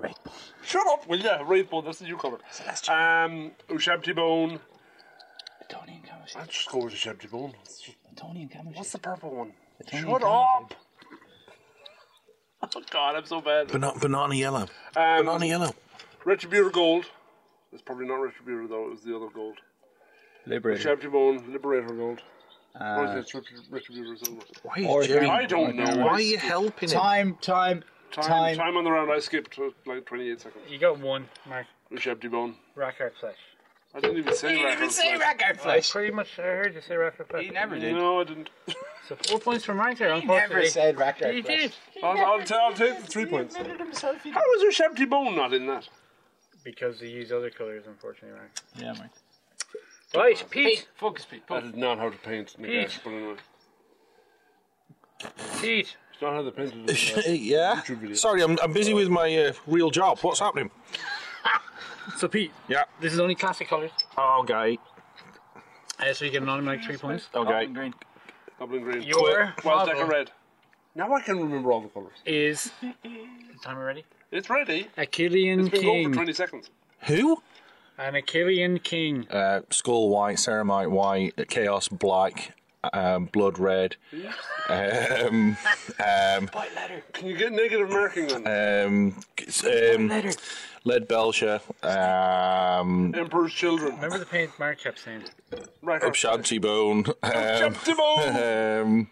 Speaker 4: Shut up. Well, yeah, Wraithbone, that's the newcomer. Um, Ushabti Bone.
Speaker 2: Tony and Kamashi.
Speaker 4: Let's just go with Ushabti Bone.
Speaker 2: Tony and Kamashi.
Speaker 4: What's the purple one?
Speaker 2: Tony and
Speaker 4: Shut
Speaker 2: Kamashi.
Speaker 4: up. Oh, [laughs] God, I'm so bad.
Speaker 3: Bana- banana yellow.
Speaker 4: Um,
Speaker 3: Banana yellow.
Speaker 4: Retributor Gold. It's probably not Retributor, though. It was the other gold.
Speaker 2: Liberator.
Speaker 4: Ushabti Bone, Liberator Gold. or
Speaker 2: Uh,
Speaker 4: is it Retri- Retributor Silver?
Speaker 3: Why
Speaker 2: or
Speaker 3: are you, Jerry?
Speaker 4: I don't know.
Speaker 3: Why are you helping him?
Speaker 2: time, time,
Speaker 4: Time,
Speaker 2: Time.
Speaker 4: time on the round, I skipped uh, like 28 seconds.
Speaker 1: You got one, Mark.
Speaker 4: Ushabti Bone.
Speaker 1: Rock hard flesh.
Speaker 4: I didn't even say that.
Speaker 5: record
Speaker 1: I pretty much I heard you say rock hard flesh.
Speaker 5: He never did.
Speaker 4: No, I didn't.
Speaker 1: So four points for Mark there,
Speaker 5: He never
Speaker 1: unfortunately.
Speaker 2: said record.
Speaker 1: He
Speaker 2: flash.
Speaker 1: did.
Speaker 4: I'll, I'll, ta- I'll take the three points. How was Ushabti Bone not in that?
Speaker 1: Because they use other colors, unfortunately, Mark.
Speaker 2: Yeah, Mark.
Speaker 1: Right, Pete.
Speaker 5: Focus, Pete.
Speaker 4: I
Speaker 5: Focus.
Speaker 4: did not know how to paint Nagash, but anyway.
Speaker 1: Pete.
Speaker 4: It's not how they
Speaker 3: [laughs]
Speaker 4: painted it.
Speaker 3: yeah.
Speaker 4: YouTube video.
Speaker 3: Sorry, I'm, I'm busy with my uh, real job. What's happening?
Speaker 1: So Pete,
Speaker 3: Yeah.
Speaker 1: this is only classic colors.
Speaker 3: Okay.
Speaker 1: Uh, so you get an automatic three points.
Speaker 5: Oh,
Speaker 3: Okay.
Speaker 2: Green.
Speaker 4: Goblin Green.
Speaker 1: Your
Speaker 4: Wild Decker
Speaker 1: model
Speaker 4: Red. Now I can remember all the colours.
Speaker 1: is time already.
Speaker 4: It's ready.
Speaker 1: Achillean
Speaker 4: It's been going for
Speaker 1: King.
Speaker 4: 20 seconds.
Speaker 3: Who?
Speaker 1: An Achillean King.
Speaker 3: Uh, skull white, ceramite white, chaos black, um, blood red. Um, um,
Speaker 4: Can you get negative marking on that?
Speaker 3: um, um, lead belcher. Um,
Speaker 4: Emperor's Children.
Speaker 1: Remember the paint Mark kept saying.
Speaker 4: Right.
Speaker 3: Shanty bone. [laughs] Um,
Speaker 4: Bone.
Speaker 3: um,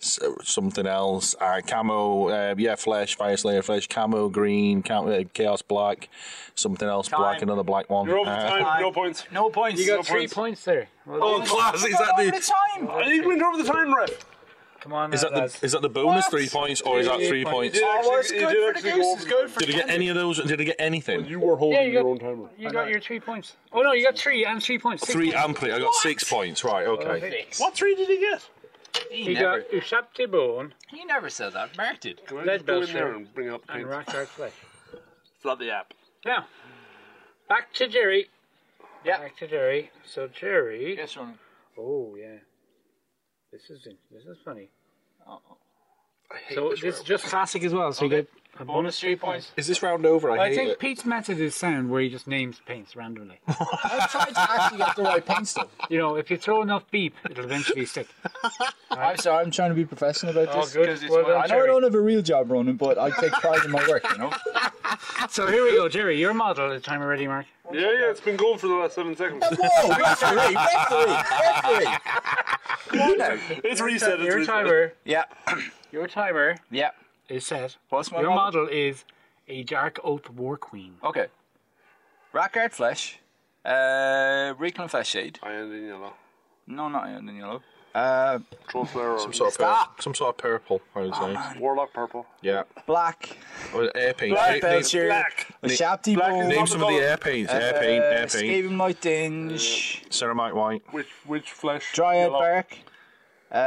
Speaker 3: s- something else. Uh, camo, uh, yeah, flesh, fire slayer, flesh, camo, green, cam- uh, chaos, black, something else, black, another black one.
Speaker 4: You're over
Speaker 3: Uh, [laughs]
Speaker 4: time. No points.
Speaker 2: No points.
Speaker 1: You got three
Speaker 4: three
Speaker 1: points, there.
Speaker 3: Oh, class! Is that
Speaker 2: Over the
Speaker 3: the
Speaker 2: time.
Speaker 4: I even went over the time ref.
Speaker 1: Come on, uh,
Speaker 3: is that the is that the bonus three points or is that
Speaker 1: Three
Speaker 3: three
Speaker 1: points.
Speaker 3: points?
Speaker 4: He
Speaker 2: Oh, well, it's
Speaker 4: actually- he
Speaker 2: good
Speaker 4: did
Speaker 2: for the
Speaker 4: actually
Speaker 2: goose.
Speaker 4: go
Speaker 2: It's
Speaker 4: over
Speaker 2: good for
Speaker 3: Did he get any of those? Did he get anything?
Speaker 4: You were holding
Speaker 1: Yeah, you got-
Speaker 4: your own timer.
Speaker 1: you got your three points. Oh no, you got three and three points. Six
Speaker 3: Uh, Three
Speaker 1: points.
Speaker 3: ampli. I got six points. Right. Okay.
Speaker 5: Fix.
Speaker 4: What three did he get?
Speaker 5: He,
Speaker 1: You
Speaker 5: never,
Speaker 1: got Ushapti Bone
Speaker 5: he never said that. Mark did.
Speaker 4: Can I
Speaker 1: Lead
Speaker 4: just go in
Speaker 1: Belcher.
Speaker 4: there and bring up
Speaker 1: and
Speaker 4: paint?
Speaker 1: Rock Hard Flesh.
Speaker 4: Flood the app.
Speaker 1: Now, back to Jerry.
Speaker 5: Yeah.
Speaker 1: Back to Jerry. So Jerry.
Speaker 2: Yes, Ronan.
Speaker 1: Oh yeah. This is this is funny.
Speaker 6: I hate
Speaker 1: So
Speaker 6: this
Speaker 1: this is
Speaker 6: round.
Speaker 1: just classic as well. So you get a bonus three points.
Speaker 3: Is this round over? I,
Speaker 1: I
Speaker 3: hate
Speaker 1: think
Speaker 3: it.
Speaker 1: Pete's method is sound, where he just names paints randomly.
Speaker 2: I tried to actually get the right paint stuff.
Speaker 1: you know, if you throw enough beep, it'll eventually stick.
Speaker 2: I'm sorry, I'm trying to be professional about
Speaker 1: Oh,
Speaker 2: this.
Speaker 1: good. Well done,
Speaker 2: I know I
Speaker 1: Jerry.
Speaker 2: don't have a real job, Ronan, but I take pride in my work, you know?
Speaker 1: So here we go, Jerry. Your model is time already, Mark.
Speaker 4: Yeah, yeah, it's been going for the last seven seconds.
Speaker 2: Whoa, referee, referee, referee.
Speaker 4: it's reset. It's
Speaker 1: Your
Speaker 4: reset.
Speaker 1: timer.
Speaker 2: Yeah,
Speaker 1: Your timer
Speaker 2: yeah.
Speaker 1: is set.
Speaker 2: What's my
Speaker 1: Your
Speaker 2: model?
Speaker 1: model is a Dark Oath War Queen.
Speaker 2: Okay. Rackard Flesh. Uh, Reclaim Flesh Shade.
Speaker 4: I end in yellow.
Speaker 2: No, not in yellow. Uh,
Speaker 4: [laughs] Troll Flare or
Speaker 3: Some sort of purple.
Speaker 2: Stop.
Speaker 3: Some sort of purple. I would
Speaker 2: Ah,
Speaker 3: say.
Speaker 4: Warlock Purple.
Speaker 3: Yeah.
Speaker 2: black.
Speaker 3: Or air paint.
Speaker 2: Black
Speaker 3: Name-
Speaker 2: Belcher.
Speaker 4: black.
Speaker 2: Shapti
Speaker 4: Black
Speaker 2: Bone.
Speaker 4: and
Speaker 3: Name, name some of the air paints. Air
Speaker 2: Uh,
Speaker 3: paint. Air paint.
Speaker 2: Skaven Light Dinge.
Speaker 3: Uh, Ceramite white.
Speaker 2: Uh,
Speaker 4: Which which flesh?
Speaker 2: Dryad
Speaker 4: yellow.
Speaker 2: Bark. Uh,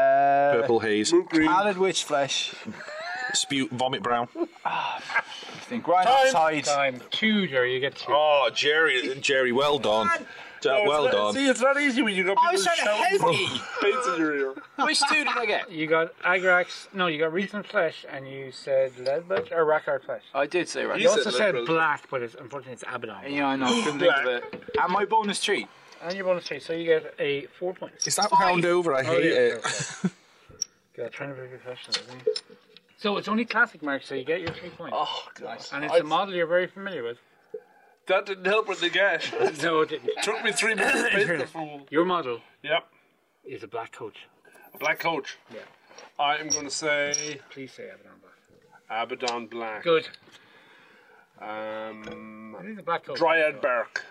Speaker 3: Purple haze.
Speaker 4: Moot green.
Speaker 2: Pallid Witch Flesh.
Speaker 3: Spew. Vomit brown.
Speaker 2: I think Grind Outside.
Speaker 1: Time two, Jerry. You get two.
Speaker 3: Oh, Jerry, Jerry, well done. Ja-
Speaker 4: Oh, it's
Speaker 3: well
Speaker 4: not-
Speaker 3: done.
Speaker 4: See, it's not easy when you got
Speaker 2: I was
Speaker 4: people
Speaker 2: trying to
Speaker 4: shouting
Speaker 2: help
Speaker 4: from paints in your ear.
Speaker 5: Which two did I get?
Speaker 1: You got Agrax. No, you got Reason Flesh, and you said Leadbutt or Rackard Flesh.
Speaker 5: I did say right.
Speaker 1: You also
Speaker 4: said
Speaker 1: said
Speaker 4: Leadbelt.
Speaker 1: black, but it's unfortunately it's Abaddon.
Speaker 5: Yeah, I know. Couldn't think of it. And my bonus tree.
Speaker 1: And your bonus three, so you get a four points.
Speaker 3: Is that round over?
Speaker 2: Oh,
Speaker 3: I hate
Speaker 1: yeah,
Speaker 3: it.
Speaker 1: Yeah, trying to be professional. isn't it? So it's only classic, Mark. So you get your three points,
Speaker 4: Oh god.
Speaker 1: and it's a model you're very familiar with.
Speaker 4: That didn't help with the gash. It
Speaker 1: [laughs] No, it didn't.
Speaker 4: took me three minutes to paint the fool.
Speaker 1: Your model
Speaker 4: Yep.
Speaker 1: is a black coach.
Speaker 4: Black coach.
Speaker 1: Yeah.
Speaker 4: I am gonna say
Speaker 1: Please say Abaddon black.
Speaker 4: Abaddon Black.
Speaker 1: Good. I
Speaker 4: Um
Speaker 1: think the black coach.
Speaker 4: Dryad Bark.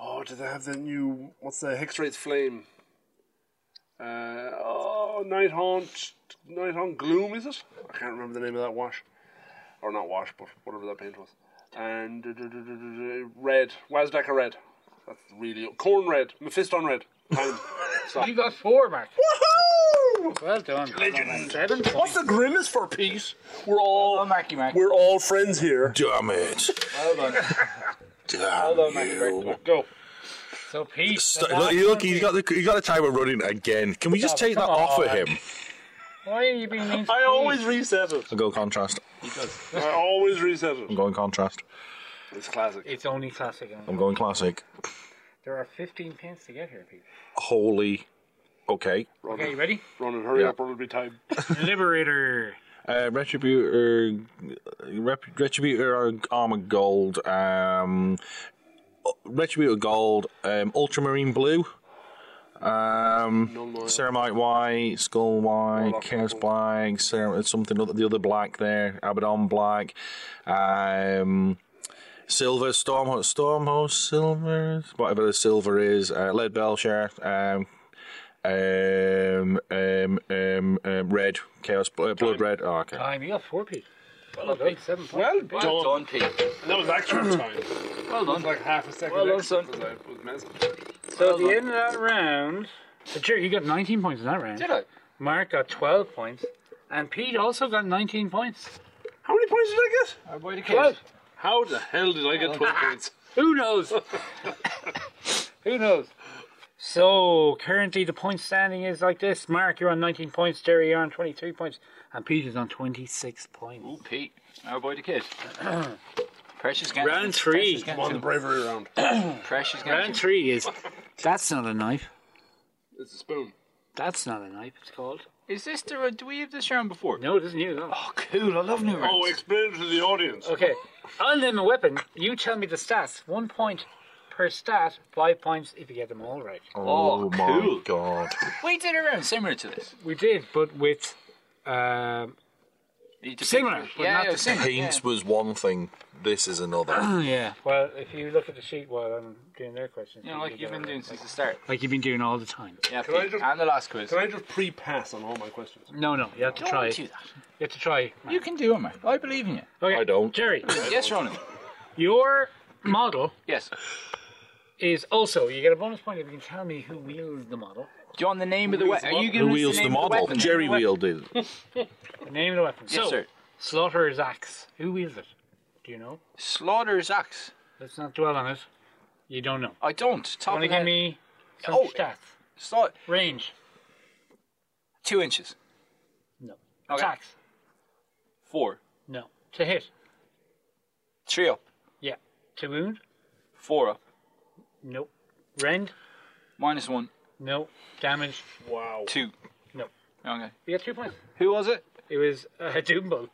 Speaker 4: Oh, do they have the new what's the Hex Rate's flame? Uh oh Night Haunt Night Haunt Gloom, is it? I can't remember the name of that wash. Or not wash, but whatever that paint was. And uh, duh, duh, duh, duh, duh, duh, red. Wazdaka red. That's really corn red. Mephiston red. Time.
Speaker 1: You got four, Mark. Well done. Seven points.
Speaker 4: the grimace for Pete? We're all
Speaker 2: Oh, Marky Mark.
Speaker 4: we're all friends here.
Speaker 3: Damn it.
Speaker 2: Hold on.
Speaker 3: Damn
Speaker 2: Hold on, Marky
Speaker 3: you.
Speaker 2: Mark.
Speaker 4: Go.
Speaker 1: So Pete.
Speaker 3: St- look, look, he's got the he's got the timer running again. Can we just take that off of him?
Speaker 1: Why are you being mean? to
Speaker 4: I
Speaker 1: me?
Speaker 4: always reset it.
Speaker 3: I'll go contrast.
Speaker 5: He does.
Speaker 4: I always reset
Speaker 3: I'm
Speaker 4: it.
Speaker 3: going contrast.
Speaker 4: It's classic.
Speaker 1: It's only classic. and-
Speaker 3: I'm going classic.
Speaker 1: There are 15 pins to get here, people.
Speaker 3: Holy. Okay.
Speaker 4: Ronan,
Speaker 1: Okay, you ready?
Speaker 4: Ronan hurry
Speaker 3: Yeah.
Speaker 4: up or it'll be time.
Speaker 1: Liberator.
Speaker 3: Uh, Retributor, Rep, Retributor Armor Gold, um, Retributor Gold, um, Ultramarine Blue, um,
Speaker 4: No loyal.
Speaker 3: Ceramite White, Skull White,
Speaker 4: Warlock
Speaker 3: Chaos
Speaker 4: Purple.
Speaker 3: Black, Cer- something other, the other black there, Abaddon Black, um, Silver, Stormho Stormho Silver, whatever the silver is, uh, Lead Belcher, um, um, um, um, um, red, chaos, bl- uh, blood red. Oh, okay.
Speaker 5: Ah,
Speaker 1: Time. You got four people. Well done. Seven points.
Speaker 4: Well
Speaker 5: Well
Speaker 4: done.
Speaker 5: done, Pete.
Speaker 4: That was [clears throat] actual time.
Speaker 5: Well done.
Speaker 4: Like half a second.
Speaker 5: Well done,
Speaker 4: extra
Speaker 5: son.
Speaker 4: 'cause I was messing.
Speaker 1: So at the end of that round, so Jerry, you got 19 points in that round.
Speaker 5: Did I?
Speaker 1: Mark got 12 points, and Pete also got 19 points.
Speaker 4: How many points did I get?
Speaker 5: Our boy the
Speaker 1: Well,
Speaker 5: kid.
Speaker 4: How the hell did I get
Speaker 1: [laughs]
Speaker 4: 12 points?
Speaker 1: Who knows? Who knows? So currently the point standing is like this: Mark, you're on 19 points, Jerry, you're on 23 points, and Pete is on 26 points.
Speaker 5: Ooh, Pete. Our boy the kid. Pressure's getting
Speaker 1: Round three.
Speaker 4: On the bravery round.
Speaker 5: Pressure's getting
Speaker 1: Round three is that's not a knife.
Speaker 4: It's a spoon.
Speaker 1: That's not a knife. It's called.
Speaker 5: Is this the? Do we have this round before?
Speaker 1: No, it isn't you. No.
Speaker 5: Oh, cool. I love new rounds.
Speaker 4: Oh, explain it to the audience.
Speaker 1: Okay. Unnamed weapon. You tell me the stats. One point per stat. Five points if you get them all right.
Speaker 5: Oh, cool.
Speaker 3: my god.
Speaker 5: We did a round similar to this.
Speaker 1: We did, but with. Um,
Speaker 5: You just-
Speaker 1: Similar, but
Speaker 5: Yeah,
Speaker 1: not
Speaker 5: [laughs] yeah, Ah,
Speaker 1: the
Speaker 5: similar. yeah.
Speaker 3: Paint was one thing. This is another.
Speaker 1: Oh, yeah. Well, if you look at the sheet while I'm doing their questions,
Speaker 5: You know, like you've
Speaker 1: get
Speaker 5: been
Speaker 1: it right.
Speaker 5: doing since the start.
Speaker 1: Like you've been doing all the time.
Speaker 5: Yeah,
Speaker 4: Can I
Speaker 5: Pete.
Speaker 4: just-
Speaker 5: And the last quiz.
Speaker 4: Can I just pre-pass on all my questions?
Speaker 1: No, no. You have to
Speaker 5: Don't
Speaker 1: try.
Speaker 5: do
Speaker 1: You
Speaker 5: that.
Speaker 1: have to try.
Speaker 5: You can do it, man. I believe in you.
Speaker 1: Okay.
Speaker 3: I don't.
Speaker 1: Jerry,
Speaker 5: Yes, Ronan.
Speaker 1: your model
Speaker 5: Yes. Do
Speaker 1: is also. You get a bonus point if you can tell me who wields the model.
Speaker 5: you want the name of the
Speaker 4: Wheels
Speaker 5: weapon? Are you giving
Speaker 3: Who
Speaker 5: us
Speaker 3: wields
Speaker 5: the,
Speaker 3: the
Speaker 5: name of
Speaker 3: model?
Speaker 5: weapon?
Speaker 3: Jerry
Speaker 5: Weapon.
Speaker 3: wielded.
Speaker 1: The name of the weapon.
Speaker 5: Yes,
Speaker 1: so,
Speaker 5: sir.
Speaker 1: Slaughterer's axe. Who wields it? Do you know?
Speaker 5: Slaughter's axe.
Speaker 1: Let's not dwell on it. You don't know.
Speaker 5: I don't. Top
Speaker 1: Want to
Speaker 5: of
Speaker 1: give
Speaker 5: head.
Speaker 1: me some
Speaker 5: Oh.
Speaker 1: stats?
Speaker 5: Slaughter.
Speaker 1: Range.
Speaker 5: Two inches.
Speaker 1: No.
Speaker 5: Okay.
Speaker 1: Attacks.
Speaker 5: Four.
Speaker 1: No. To hit.
Speaker 5: Three up.
Speaker 1: Yeah. To wound.
Speaker 5: Four up.
Speaker 1: No. Rend.
Speaker 5: Minus one.
Speaker 1: No. Damage.
Speaker 4: Wow.
Speaker 5: Two.
Speaker 1: No.
Speaker 5: Okay.
Speaker 1: You got two points.
Speaker 5: Who was it?
Speaker 1: It was uh, Doombo.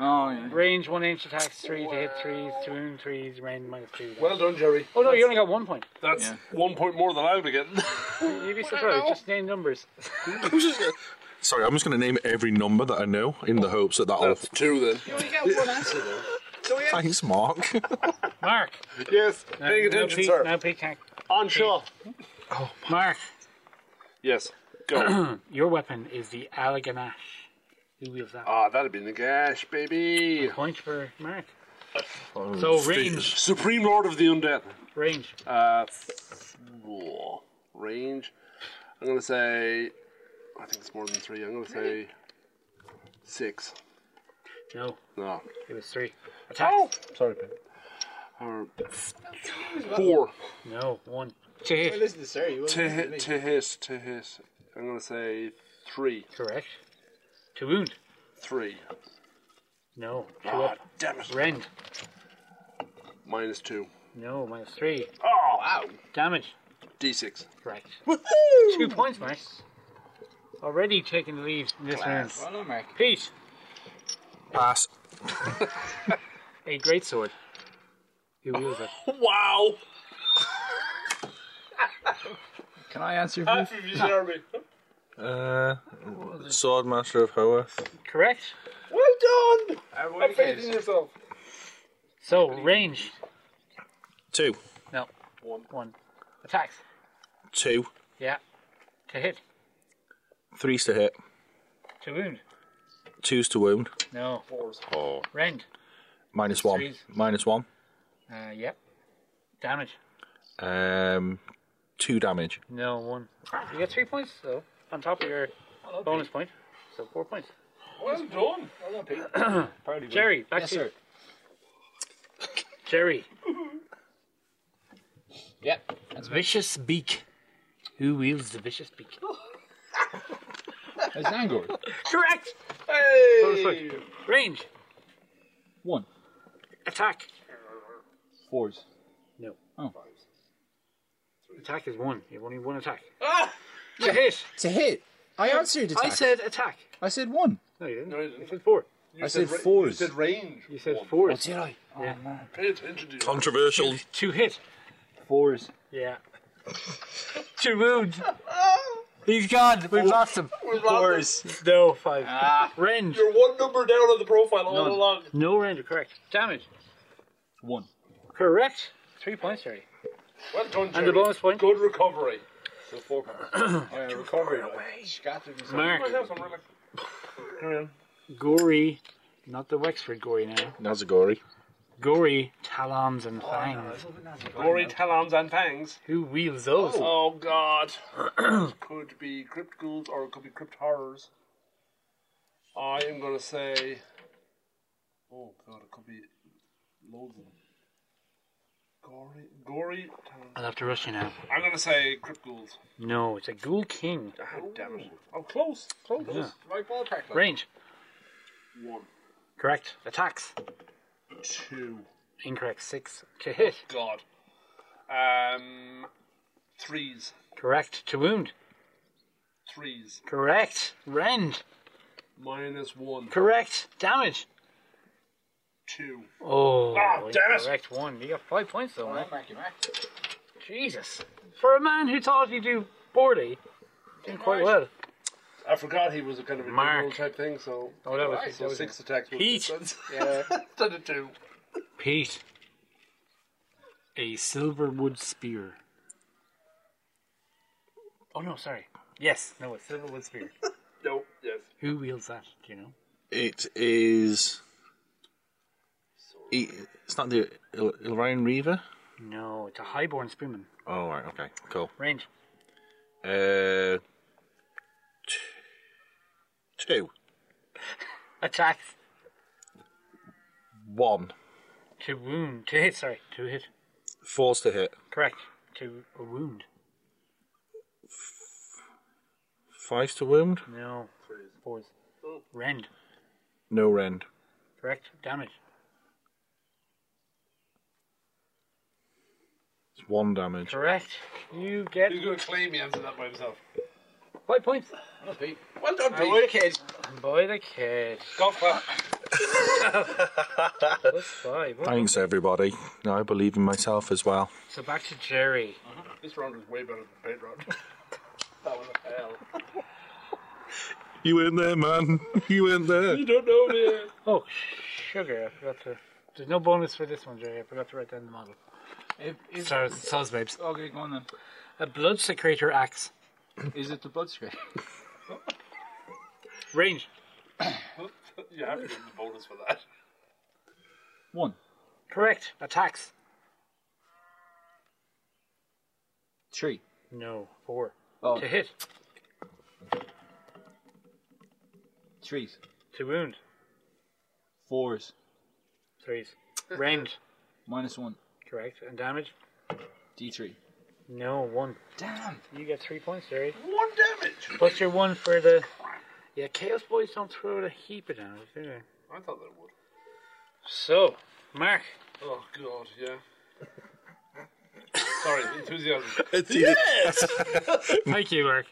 Speaker 5: Oh, yeah.
Speaker 1: Range one inch attacks three to hit threes to wound threes. Rend minus two.
Speaker 4: Well done, Jerry.
Speaker 1: oh no, you only got one point.
Speaker 4: That's
Speaker 5: Yeah.
Speaker 4: one point more than I'm getting. [laughs]
Speaker 1: You'd be surprised. Just name numbers.
Speaker 3: Sorry, I'm just going to name every number that I know in the hopes that that'll.
Speaker 4: two then.
Speaker 3: Thanks, Mark.
Speaker 1: Mark.
Speaker 4: Yes,
Speaker 1: Now-
Speaker 4: paying
Speaker 1: now
Speaker 4: attention,
Speaker 1: Pete-
Speaker 4: sir.
Speaker 1: Now Pete can't.
Speaker 4: On shot.
Speaker 1: Mark,
Speaker 4: Yes. [clears throat] Go.
Speaker 1: your weapon is the Alaganash. Who wields that?
Speaker 4: Ah, that'd be the gash, baby.
Speaker 1: Point for Mark.
Speaker 4: Oh,
Speaker 1: So range,
Speaker 4: Supreme Lord of the Undead.
Speaker 1: range.
Speaker 4: Uh, f- whoa. range. I'm gonna say. I think it's more than three. I'm gonna say six.
Speaker 1: No,
Speaker 4: No.
Speaker 1: it was three. Attack.
Speaker 4: Oh, sorry, Pim. Or four.
Speaker 1: No, one. To hit.
Speaker 5: Listen to Sir. You
Speaker 4: To hit, to hit, to hit. I'm gonna say three,
Speaker 1: Correct. To wound.
Speaker 4: three.
Speaker 1: No. Two
Speaker 4: Ah,
Speaker 1: up.
Speaker 4: damn it.
Speaker 1: Rend.
Speaker 4: Minus two.
Speaker 1: No, minus three.
Speaker 4: Oh, wow.
Speaker 1: Damage.
Speaker 4: D6.
Speaker 1: Correct. Two points, Mark. Already taking the lead in this round.
Speaker 5: Well done, Mark.
Speaker 1: Pete,
Speaker 3: [laughs] Pass.
Speaker 1: a great sword. Who wields it?
Speaker 4: Wow.
Speaker 5: Can I answer for you?
Speaker 4: [laughs]
Speaker 3: Uh, Swordmaster of Hoath.
Speaker 1: Correct.
Speaker 4: Well done.
Speaker 5: Our boy the kid.
Speaker 4: yourself.
Speaker 1: So range.
Speaker 3: Two.
Speaker 1: No. One. One. Attacks.
Speaker 3: Two.
Speaker 1: Yeah. To hit.
Speaker 3: Threes to hit.
Speaker 1: To wound.
Speaker 3: Twos to wound.
Speaker 1: No. Rend.
Speaker 3: Minus one.
Speaker 1: Threes.
Speaker 3: Minus one.
Speaker 1: Uh, yep. Damage.
Speaker 3: Um, two damage.
Speaker 1: No one. You get three points though on top of your bonus point, so four points.
Speaker 4: Well done.
Speaker 1: Jerry, back
Speaker 5: Yes,
Speaker 1: to you.
Speaker 5: sir.
Speaker 1: Jerry.
Speaker 5: Yep.
Speaker 1: Vicious beak. Who wields the vicious beak?
Speaker 2: It's Angor.
Speaker 1: Correct. Bonus
Speaker 2: Hey!
Speaker 1: point. Range.
Speaker 2: One.
Speaker 1: Attack.
Speaker 2: Fours.
Speaker 1: No.
Speaker 2: Oh.
Speaker 1: Attack is one. You have only one attack. Ah! To hit.
Speaker 5: To hit. I answered attack.
Speaker 1: I said attack.
Speaker 5: I said one.
Speaker 1: No, you didn't.
Speaker 4: No, you didn't.
Speaker 1: You said four.
Speaker 4: You
Speaker 5: I said
Speaker 4: ra-
Speaker 5: fours.
Speaker 4: You said range.
Speaker 1: You said four.
Speaker 5: did I?
Speaker 1: Yeah.
Speaker 4: Pay attention to you.
Speaker 3: Controversial.
Speaker 1: Two hit.
Speaker 2: Fours.
Speaker 1: Yeah. [laughs] Two wounds. He's gone. We've lost him.
Speaker 5: Fours.
Speaker 1: No, five. Range.
Speaker 6: You're one number down on the profile all along.
Speaker 1: No range. Correct. Damage.
Speaker 2: One.
Speaker 1: Correct. Three points, Harry.
Speaker 4: Well done,
Speaker 1: And
Speaker 4: Jerry.
Speaker 1: the bonus point.
Speaker 4: Good recovery.
Speaker 2: So
Speaker 1: [clears throat]
Speaker 2: four. yeah, recovery.
Speaker 1: Mark.
Speaker 4: Carry on.
Speaker 1: Gory. Not the Wexford gory now.
Speaker 3: Nazagori.
Speaker 1: Gory talons and
Speaker 4: Oh,
Speaker 1: fangs.
Speaker 4: Glory, talons, and fangs.
Speaker 1: Who wields those?
Speaker 4: Oh,
Speaker 1: [clears throat]
Speaker 4: God. could be crypt ghouls or it could be crypt horrors. I am going to say. Oh, God, it could be loads of them. Gory, gory talons.
Speaker 1: I'll have to rush you now.
Speaker 4: I'm going to say crypt ghouls.
Speaker 1: No, it's a ghoul king.
Speaker 4: Ah, damn it. I'm close. Close.
Speaker 1: Yeah.
Speaker 4: Right ballpark. Like.
Speaker 1: Range.
Speaker 4: One,
Speaker 1: Correct. Attacks.
Speaker 4: two.
Speaker 1: Incorrect. Six. To hit.
Speaker 4: God. Um, threes.
Speaker 1: Correct. To wound.
Speaker 4: Threes.
Speaker 1: Correct. Rend.
Speaker 4: Minus one.
Speaker 1: Correct. Damage.
Speaker 4: Two.
Speaker 1: Oh,
Speaker 4: Ah, damn it.
Speaker 1: correct one. You got five points though, man. Jesus. For a man who thought he'd do 40, did quite well.
Speaker 4: I forgot he was a kind of a
Speaker 1: Mark.
Speaker 4: normal type thing, so.
Speaker 1: Oh, that was, that
Speaker 4: So
Speaker 1: was
Speaker 4: six attacks. would-
Speaker 1: Pete.
Speaker 4: Yeah. Instead of two.
Speaker 1: Pete. A silverwood spear. Oh no, sorry. Yes, no, a silverwood
Speaker 4: [laughs]
Speaker 1: spear.
Speaker 4: No, yes.
Speaker 1: Who wields that? Do you know?
Speaker 3: It is. It, it's not the Il- Ilarion Reaver.
Speaker 1: No, it's a highborn spearman.
Speaker 3: Oh right, okay, cool.
Speaker 1: Range.
Speaker 3: Uh, t- two,
Speaker 1: Attacks.
Speaker 3: one,
Speaker 1: To wound. To hit, sorry. To hit.
Speaker 3: force to hit,
Speaker 1: Correct. To a wound.
Speaker 3: five to wound,
Speaker 1: No. Fours.
Speaker 4: Oh.
Speaker 1: Rend.
Speaker 3: no rend.
Speaker 1: Correct. Damage.
Speaker 3: It's one damage.
Speaker 1: Correct. You get
Speaker 4: He's going to claim he answered that by himself.
Speaker 1: five points.
Speaker 6: Well done, Pete.
Speaker 5: kid.
Speaker 1: Boy, the kid.
Speaker 4: God clap.
Speaker 1: [laughs] That's five.
Speaker 3: Thanks everybody. I believe in myself as well.
Speaker 1: So back to Jerry.
Speaker 4: This round is way better than Pete round. that was a hell.
Speaker 3: You in there, man? [laughs] You in there?
Speaker 4: [laughs] You don't know me.
Speaker 1: Oh, sugar. I forgot to. There's no bonus for this one, Jerry. I forgot to write down the model.
Speaker 2: If, is,
Speaker 1: Sorry, soz babes.
Speaker 2: okay, go on then.
Speaker 1: A blood secretor axe.
Speaker 2: Is it the blood scrape?
Speaker 1: Range.
Speaker 4: [laughs] you have to give him the bonus for that.
Speaker 2: One.
Speaker 1: Correct. Attacks.
Speaker 2: Three.
Speaker 1: No. Four.
Speaker 2: Oh,
Speaker 1: To hit.
Speaker 2: threes.
Speaker 1: To wound.
Speaker 2: Fours.
Speaker 1: [laughs] Threes. Range.
Speaker 2: Minus one.
Speaker 1: Correct. And damage.
Speaker 2: D3.
Speaker 1: No. One.
Speaker 2: Damn.
Speaker 1: You get three points, Jerry.
Speaker 4: One damage.
Speaker 1: Plus your one for the. Yeah, Chaos Boys don't throw a heap of damage, do they?
Speaker 4: I thought that would.
Speaker 1: So, Mark.
Speaker 4: Oh, God, yeah. Sorry, enthusiasm.
Speaker 1: Thank you, [laughs] Mark.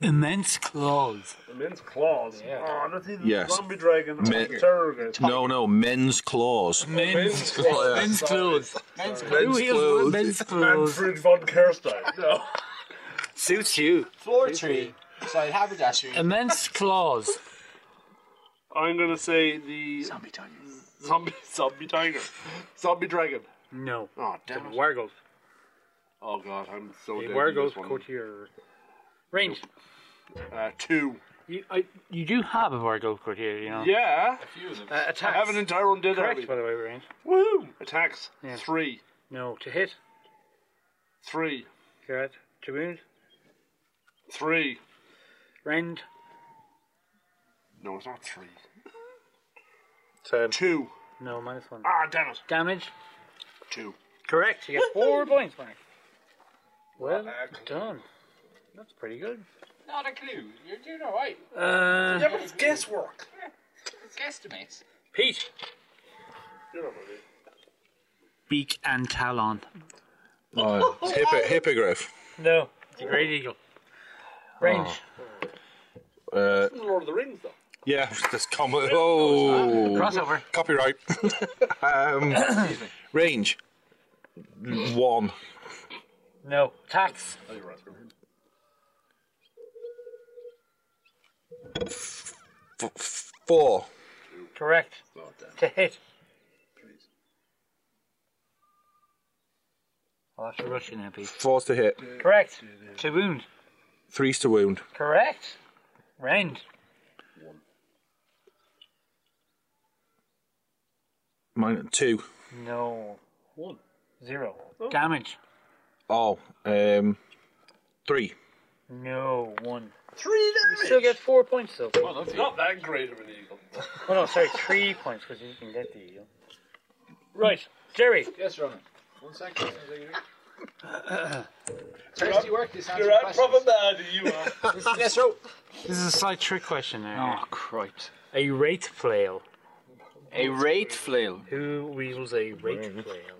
Speaker 1: Immense claws.
Speaker 4: Men's claws.
Speaker 1: Yeah.
Speaker 4: Oh, that's either
Speaker 3: Yes.
Speaker 4: zombie dragon or
Speaker 3: Men-
Speaker 4: terror
Speaker 1: [laughs]
Speaker 4: guys.
Speaker 3: [laughs] No, no, men's claws. [laughs]
Speaker 1: Men's
Speaker 3: claws.
Speaker 1: Men's claws.
Speaker 2: Men's
Speaker 1: Who
Speaker 3: Men's
Speaker 1: heals
Speaker 3: claws.
Speaker 1: men's claws?
Speaker 4: Manfred von Kerstein. [laughs] No.
Speaker 1: Suits you.
Speaker 5: Floor tree. So I have a dasher.
Speaker 1: Immense claws.
Speaker 4: I'm gonna say the zombie tiger. Zombie zombie tiger. Zombie dragon.
Speaker 1: No.
Speaker 4: Oh
Speaker 1: The
Speaker 4: damn it.
Speaker 1: Wargolf.
Speaker 4: Oh god, I'm so
Speaker 1: The
Speaker 4: dead. in
Speaker 1: Wargolf
Speaker 4: this one.
Speaker 1: courtier. Range.
Speaker 4: Uh, two.
Speaker 1: You, I, you do have a Wargolf courtier, you know.
Speaker 4: Yeah.
Speaker 1: Uh,
Speaker 4: I
Speaker 1: attacks.
Speaker 4: have an entire undead
Speaker 1: Correct,
Speaker 4: army.
Speaker 1: by the way, range.
Speaker 4: Woo! Attacks.
Speaker 1: Yeah.
Speaker 4: Three.
Speaker 1: No. To hit.
Speaker 4: Three.
Speaker 1: Correct. To wound.
Speaker 4: Three.
Speaker 1: Rend.
Speaker 4: No, it's not three.
Speaker 3: Ten.
Speaker 4: Two.
Speaker 1: No, minus one.
Speaker 4: Ah, damn it.
Speaker 1: Damage.
Speaker 4: Two.
Speaker 1: Correct. You get four points, Mark. Well done. That's pretty good.
Speaker 5: Not a clue. You're doing alright.
Speaker 1: Uh,
Speaker 6: Yeah, but it's guesswork.
Speaker 5: It's guesstimates.
Speaker 1: Pete. Beak and talon.
Speaker 3: Oh,
Speaker 1: [laughs]
Speaker 3: it's hippo- hippogriff.
Speaker 1: No. The great eagle. Range.
Speaker 3: Uh,
Speaker 6: Lord of the Rings, though.
Speaker 3: yeah, [laughs] this comment. Oh,
Speaker 1: Crossover.
Speaker 3: copyright. [laughs] um, range one.
Speaker 1: No. Tax.
Speaker 4: Oh,
Speaker 3: F- f- four.
Speaker 1: Correct. To hit. I'll have to rush in there, Pete.
Speaker 3: Four's to hit.
Speaker 1: Correct. To wound.
Speaker 3: Three's to wound.
Speaker 1: Correct. Range.
Speaker 3: Mine two.
Speaker 1: No. One. Zero. Damage.
Speaker 3: Oh, um, three.
Speaker 1: No. One. Three damage. You still get four points though. Pete.
Speaker 6: It's not that great of an eagle.
Speaker 1: Oh no, sorry, three points because you can get the eagle. Right, Jerry.
Speaker 5: Yes, Ronan. One second. one second. First you work this
Speaker 6: You're
Speaker 5: answer
Speaker 6: out from
Speaker 5: questions.
Speaker 6: bad, you
Speaker 4: [laughs]
Speaker 6: are.
Speaker 5: Yes, Ro.
Speaker 1: This is a slight trick question. eh? There.
Speaker 2: Oh, cripes.
Speaker 1: A rate flail.
Speaker 2: A rate flail.
Speaker 1: Who wields a rate flail?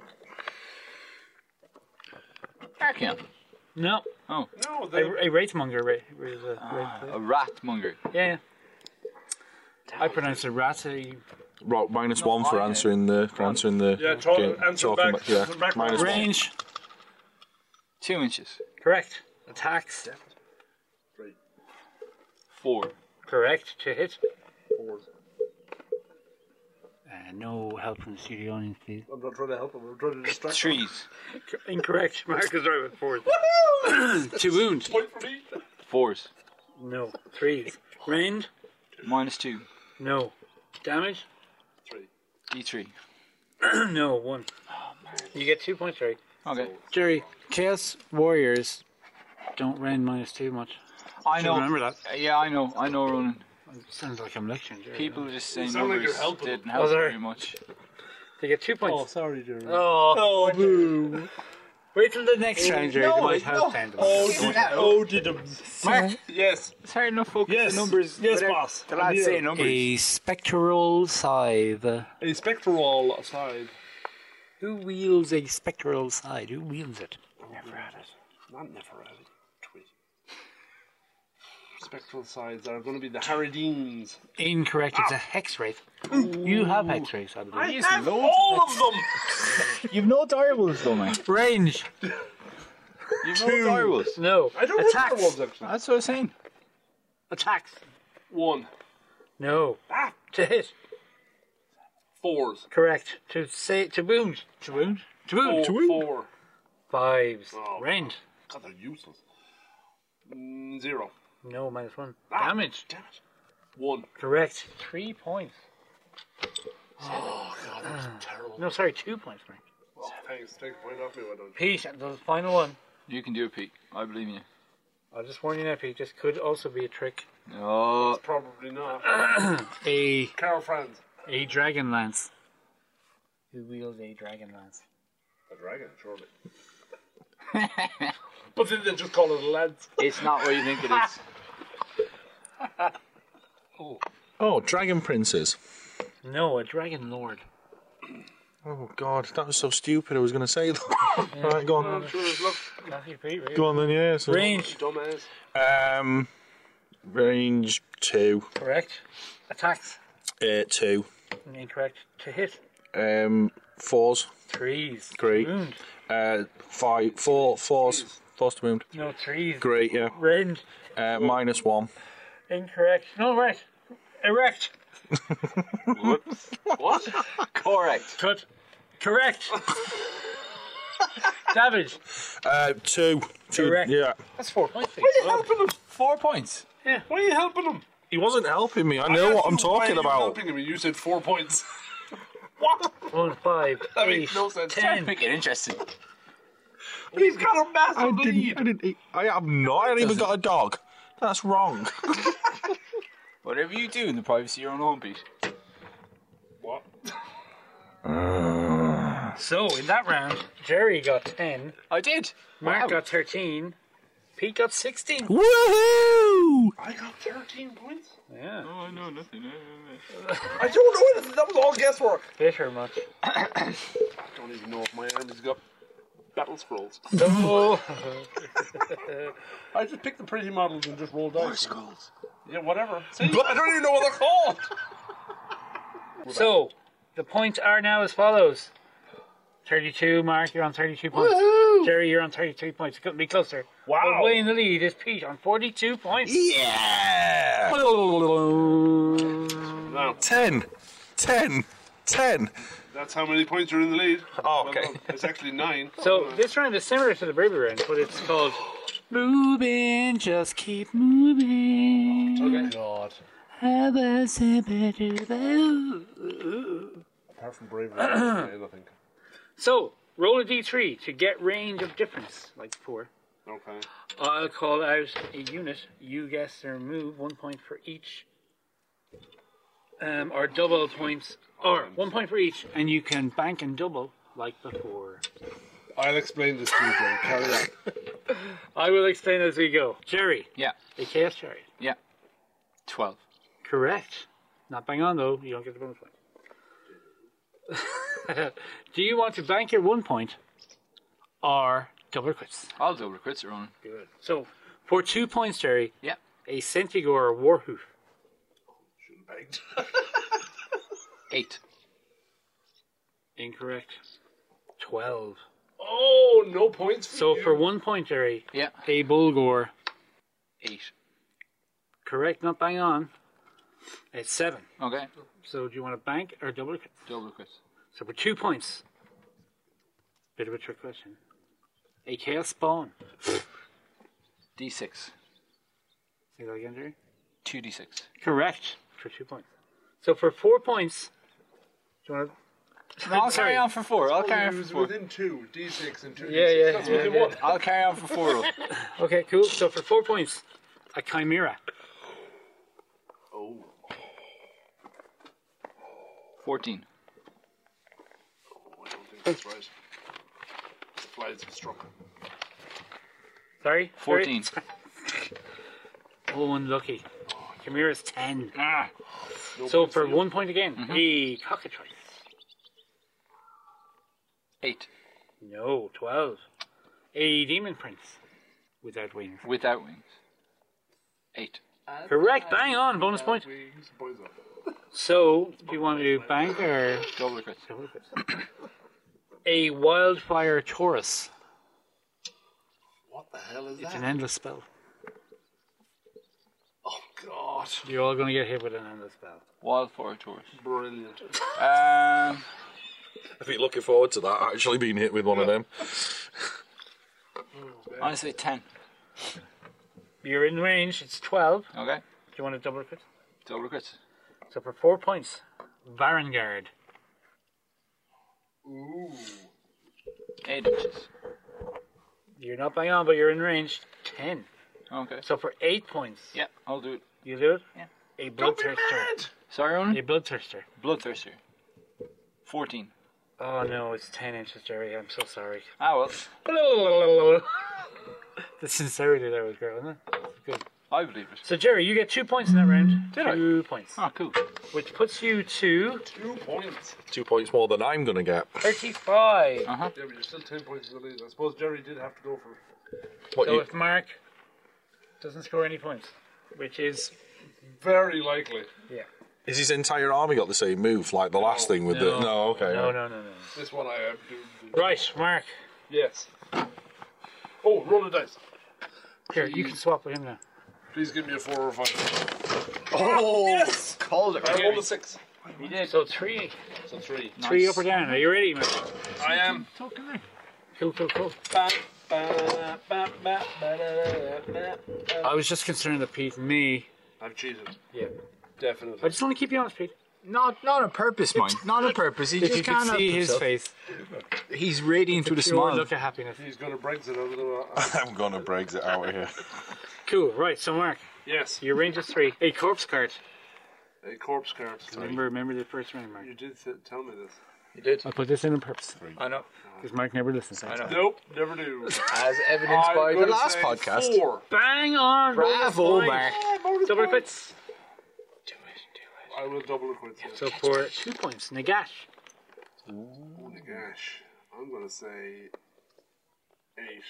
Speaker 2: Arcan.
Speaker 1: No, Ah.
Speaker 6: No,
Speaker 1: a,
Speaker 6: the
Speaker 1: a rate monger. Ra- is a rate flail.
Speaker 2: A rat monger.
Speaker 1: Yeah. yeah. I pronounce it rat. a-
Speaker 3: Right, minus one for
Speaker 2: mine, eh?
Speaker 3: answering the for answering the
Speaker 6: Yeah, talk-
Speaker 3: game.
Speaker 6: answer
Speaker 3: Talking
Speaker 6: back-
Speaker 3: ba- yeah,
Speaker 6: answer back.
Speaker 3: minus one.
Speaker 1: Range.
Speaker 2: Two inches.
Speaker 1: Correct. Attacks.
Speaker 2: Four.
Speaker 1: Correct to hit. Uh, no help from the studio audience, please.
Speaker 4: I'm not trying to help him. I'm trying to distract him.
Speaker 2: Trees.
Speaker 1: Incorrect. Mark is right with fours. [laughs] to wound.
Speaker 6: point for me.
Speaker 2: Fours.
Speaker 1: No. Threes. Range.
Speaker 2: Minus two.
Speaker 1: No. Damage. [clears throat]
Speaker 2: D3.
Speaker 1: no, one. You get two points, Jerry.
Speaker 2: Okay.
Speaker 1: Jerry, Chaos Warriors don't rain minus too much.
Speaker 2: I know.
Speaker 1: remember that.
Speaker 2: Uh, Yeah, I know. I know, Ronan.
Speaker 1: Sounds like I'm lecturing Jerry.
Speaker 2: People just saying
Speaker 6: sound like you're
Speaker 2: numbers
Speaker 6: helping.
Speaker 2: didn't help
Speaker 1: Oh, sorry.
Speaker 2: very much.
Speaker 1: They get two points.
Speaker 4: sorry, Jerry.
Speaker 1: Oh, boo. Wait till the next round, Jerry. they might help then.
Speaker 4: Oh, did him.
Speaker 1: Mark.
Speaker 6: Yes.
Speaker 2: It's hard enough focus
Speaker 4: Yes.
Speaker 2: on numbers.
Speaker 4: Yes,
Speaker 2: They're-
Speaker 4: boss.
Speaker 2: The lads
Speaker 4: Yeah.
Speaker 2: say numbers.
Speaker 1: A spectral scythe.
Speaker 4: A spectral aside.
Speaker 1: Who wields a spectral scythe? Who wields it?
Speaker 4: Never had it. Not never had it. Tweet. Spectral sides are going to be the Harradines.
Speaker 1: Incorrect. It's a hex wraith. You have hex wraiths, I believe.
Speaker 2: Yes, loads.
Speaker 6: All of them.
Speaker 2: You've no direwolves though, man.
Speaker 1: Range.
Speaker 2: You've no direwolves.
Speaker 1: No.
Speaker 4: I don't
Speaker 1: Attacks.
Speaker 4: remember ones actually.
Speaker 2: That's what I'm saying.
Speaker 1: Attacks.
Speaker 4: One.
Speaker 1: No. To hit.
Speaker 4: Fours.
Speaker 1: Correct. To say to wound. To wound. To wound.
Speaker 4: Four. Four.
Speaker 1: Fives.
Speaker 4: Oh.
Speaker 1: Range.
Speaker 4: God, they're useless. Mm, Zero. Ah,
Speaker 1: No minus one. Damage.
Speaker 4: Damn it. One.
Speaker 1: Correct. Three points.
Speaker 4: Oh, God, that was terrible.
Speaker 1: No, sorry, two points. Frank.
Speaker 4: Oh, thanks. Take a point off me, why don't you?
Speaker 1: Pete, the final one.
Speaker 2: You can do it, Pete. I believe in you.
Speaker 1: I'll just warn you now, Pete. This could also be a trick.
Speaker 2: No.
Speaker 4: Probably not.
Speaker 1: A
Speaker 4: Carol Franz.
Speaker 1: a dragon lance. Who wields a dragon lance?
Speaker 4: A dragon, [laughs] surely.
Speaker 6: But then they just call it a lance.
Speaker 2: It's not what you think it [laughs] is.
Speaker 3: Oh, dragon princes.
Speaker 1: No, a dragon lord.
Speaker 3: Oh God, that was so stupid. I was going to say. [laughs] that. right, go on.
Speaker 1: Matthew Pete. Right?
Speaker 3: Go on then. Yeah. So,
Speaker 1: Range.
Speaker 4: Dumbass.
Speaker 3: um, range two.
Speaker 1: Correct. Attacks.
Speaker 3: Uh, two.
Speaker 1: Incorrect. To hit.
Speaker 3: Um, fours.
Speaker 1: Threes.
Speaker 3: Great.
Speaker 1: Wound.
Speaker 3: Uh, five. Four. Fours. Fours to wound.
Speaker 1: No threes.
Speaker 3: Great. Yeah.
Speaker 1: Range.
Speaker 3: Uh, minus one.
Speaker 1: Incorrect. No, right. Erect.
Speaker 2: Correct.
Speaker 1: Cut.
Speaker 4: [laughs]
Speaker 1: Correct. Damage.
Speaker 3: Uh, two. Two.
Speaker 1: Correct.
Speaker 3: Yeah.
Speaker 1: That's four points.
Speaker 2: Four points.
Speaker 4: Why are you helping him?
Speaker 3: He wasn't helping me. I know what I'm talking about.
Speaker 4: helping him and you said
Speaker 5: [laughs]
Speaker 4: four points.
Speaker 1: One, five, eight,
Speaker 4: no sense.
Speaker 1: ten.
Speaker 2: Make it interesting.
Speaker 4: He's got a massive
Speaker 3: I didn't. I didn't. I have not. I haven't even got a dog. That's wrong.
Speaker 2: Whatever you do in the privacy of your own home, Pete.
Speaker 4: What?
Speaker 1: So in that round, Jerry got ten,
Speaker 2: I did.
Speaker 1: Mark got thirteen, Pete got sixteen.
Speaker 3: Woohoo! Woo!
Speaker 6: I got 13 points.
Speaker 1: Yeah.
Speaker 2: Oh, I know nothing.
Speaker 5: I don't know. This, that was all guesswork.
Speaker 1: Bitter much.
Speaker 4: I don't even know if my army's got battle scrolls.
Speaker 1: No.
Speaker 6: I just picked the pretty models and just rolled dice.
Speaker 3: Skulls.
Speaker 6: Yeah,
Speaker 5: [laughs]
Speaker 6: whatever. See?
Speaker 5: I don't even know what they're called.
Speaker 1: so, the points are now as follows 32, Mark, you're on 32 points. Jerry, you're on 33 points. It couldn't be closer. But way in the lead is Pete on 42 points.
Speaker 3: Yeah!
Speaker 4: Now,
Speaker 3: Ten! Ten! Ten!
Speaker 4: that's how many points are in the lead.
Speaker 3: Oh, okay.
Speaker 4: It's
Speaker 5: [laughs]
Speaker 4: actually nine.
Speaker 1: So, this round is similar to the Baby round, but it's called Moving, Just Keep Moving.
Speaker 5: Okay.
Speaker 6: God.
Speaker 1: Have a better
Speaker 6: Apart from bravery, I
Speaker 3: [clears throat]
Speaker 6: don't play anything.
Speaker 1: So, roll a d3 to get range of difference, like before.
Speaker 4: Okay.
Speaker 1: I'll call out a unit. You guess their move, one point for each. Um, or double points, or one point for each, and you can bank and double like before.
Speaker 6: I'll explain this to you, Jay. Carry on.
Speaker 1: I will explain as we go. Jerry,
Speaker 2: Yeah,
Speaker 1: the chaos chariot.
Speaker 2: yeah. Twelve.
Speaker 1: Correct. Not bang on though. You don't get the bonus point. [laughs] Do you want to bank your one point, or double quits?
Speaker 2: I'll double quits it on.
Speaker 1: Good. So, for two points, Jerry,
Speaker 2: Yeah.
Speaker 1: a Centigor Warhoof.
Speaker 5: [laughs]
Speaker 2: Eight.
Speaker 1: Incorrect. Twelve.
Speaker 6: Oh, no points for
Speaker 1: So
Speaker 6: you.
Speaker 1: for one point, Jerry,
Speaker 2: Yeah.
Speaker 1: a Bulgor.
Speaker 2: Eight.
Speaker 1: Correct, not bang on. It's seven.
Speaker 2: Okay.
Speaker 1: So do you want to bank or double? it?
Speaker 2: Double quits.
Speaker 1: So for two points. Bit of a trick question. A Chaos Spawn.
Speaker 2: D six.
Speaker 1: Say that again, Jerry.
Speaker 2: Two D six.
Speaker 1: Correct. For two points. So for four points. Do you want to?
Speaker 2: I'll carry on for four. I'll carry on for four.
Speaker 6: within two. D6 and two.
Speaker 1: Yeah, yeah, yeah, yeah.
Speaker 2: I'll carry on for four.
Speaker 1: Okay, cool. So for four points, a Chimera.
Speaker 2: Fourteen.
Speaker 4: I don't think that's right. The flies have struck.
Speaker 1: Sorry. Sorry? [laughs]
Speaker 2: Fourteen.
Speaker 1: Oh, unlucky. Chimera's ten.
Speaker 2: Ah.
Speaker 1: So for one point again, a cockatrice.
Speaker 2: Eight.
Speaker 1: No, twelve. A demon prince without wings.
Speaker 2: Without wings. Eight.
Speaker 1: Correct. Bang on. Bonus point. So do you want to bank or
Speaker 2: Double quits.
Speaker 1: [coughs] a wildfire Taurus?
Speaker 4: What the hell is
Speaker 1: It's
Speaker 4: that?
Speaker 1: an endless spell.
Speaker 4: Oh, God.
Speaker 1: You're all going to get hit with an endless spell.
Speaker 2: Wildfire Taurus.
Speaker 4: Brilliant.
Speaker 2: Um.
Speaker 3: I'd be looking forward to that, actually being hit with one of them.
Speaker 2: Honestly, ten.
Speaker 1: You're in range. It's twelve. Do
Speaker 2: Okay.
Speaker 1: you want to double crit?
Speaker 2: Double quits.
Speaker 1: So for four points, Varangard.
Speaker 2: Eight inches.
Speaker 1: You're not bang on, but you're in range. Ten.
Speaker 2: Okay.
Speaker 1: So for eight points,
Speaker 2: Yeah, I'll do it.
Speaker 1: you do it.
Speaker 2: Yeah.
Speaker 1: A bloodthirster.
Speaker 2: Sorry, Ronan.
Speaker 1: A bloodthirster.
Speaker 2: Bloodthirster. Fourteen.
Speaker 1: Oh no, it's 10 inches, Jerry. I'm so sorry.
Speaker 2: Ah well.
Speaker 1: [laughs] the sincerity there was great, wasn't it? It's Good.
Speaker 2: I believe it.
Speaker 1: So, Jerry, you get two points in that round.
Speaker 2: Did I?
Speaker 1: two points.
Speaker 2: Ah, cool.
Speaker 1: Which puts you to
Speaker 6: Two points.
Speaker 3: Two points more than I'm going to get.
Speaker 1: 35.
Speaker 6: Yeah, but you're still ten points in the lead. I suppose Jerry did have to go for
Speaker 3: What,
Speaker 1: So,
Speaker 3: you,
Speaker 1: if Mark doesn't score any points, which is.
Speaker 6: very likely.
Speaker 3: is his entire army got the same move, like the last thing with
Speaker 1: No.
Speaker 3: the... No, okay.
Speaker 1: No, no, no, no.
Speaker 6: This one I am doomed. to.
Speaker 1: Right, Mark.
Speaker 6: Yes. Oh, roll the dice.
Speaker 1: Here, you can swap with him now.
Speaker 6: Please give me a four or a five.
Speaker 5: Oh, yes. called it.
Speaker 6: I rolled a six.
Speaker 2: You did.
Speaker 1: So, three.
Speaker 6: So three.
Speaker 1: Three up or down. Are you ready, Mark?
Speaker 6: I am.
Speaker 1: Cool, cool, cool. I was just concerned that Pete and me.
Speaker 6: I've cheated.
Speaker 1: Yeah.
Speaker 6: Definitely.
Speaker 1: I just want to keep you honest, Pete.
Speaker 5: Not, not on purpose,
Speaker 2: [laughs]
Speaker 5: mind. Not on purpose. He
Speaker 1: If you could see his face,
Speaker 5: He's radiant with a
Speaker 1: pure
Speaker 5: smile.
Speaker 1: look of happiness.
Speaker 6: He's going to Brexit over the.
Speaker 3: [laughs] I'm going to Brexit out of here.
Speaker 1: Cool, right, so Mark,
Speaker 6: yes.
Speaker 1: your range is three. A corpse card.
Speaker 6: A corpse card.
Speaker 1: Remember remember the first round, Mark.
Speaker 6: You did th- tell me this.
Speaker 1: I put this in on purpose.
Speaker 2: I know.
Speaker 1: because Mike never listens.
Speaker 4: Nope, never do.
Speaker 5: As evidenced
Speaker 4: I'm
Speaker 5: by the
Speaker 4: gonna
Speaker 5: last
Speaker 4: say
Speaker 5: podcast.
Speaker 4: Four.
Speaker 1: Bang on,
Speaker 5: Bravo,
Speaker 1: bonus point.
Speaker 5: Mark.
Speaker 1: Double quits.
Speaker 4: I will double quit. this.
Speaker 1: So for two points, Nagash.
Speaker 4: Oh my gosh. I'm going to say eight.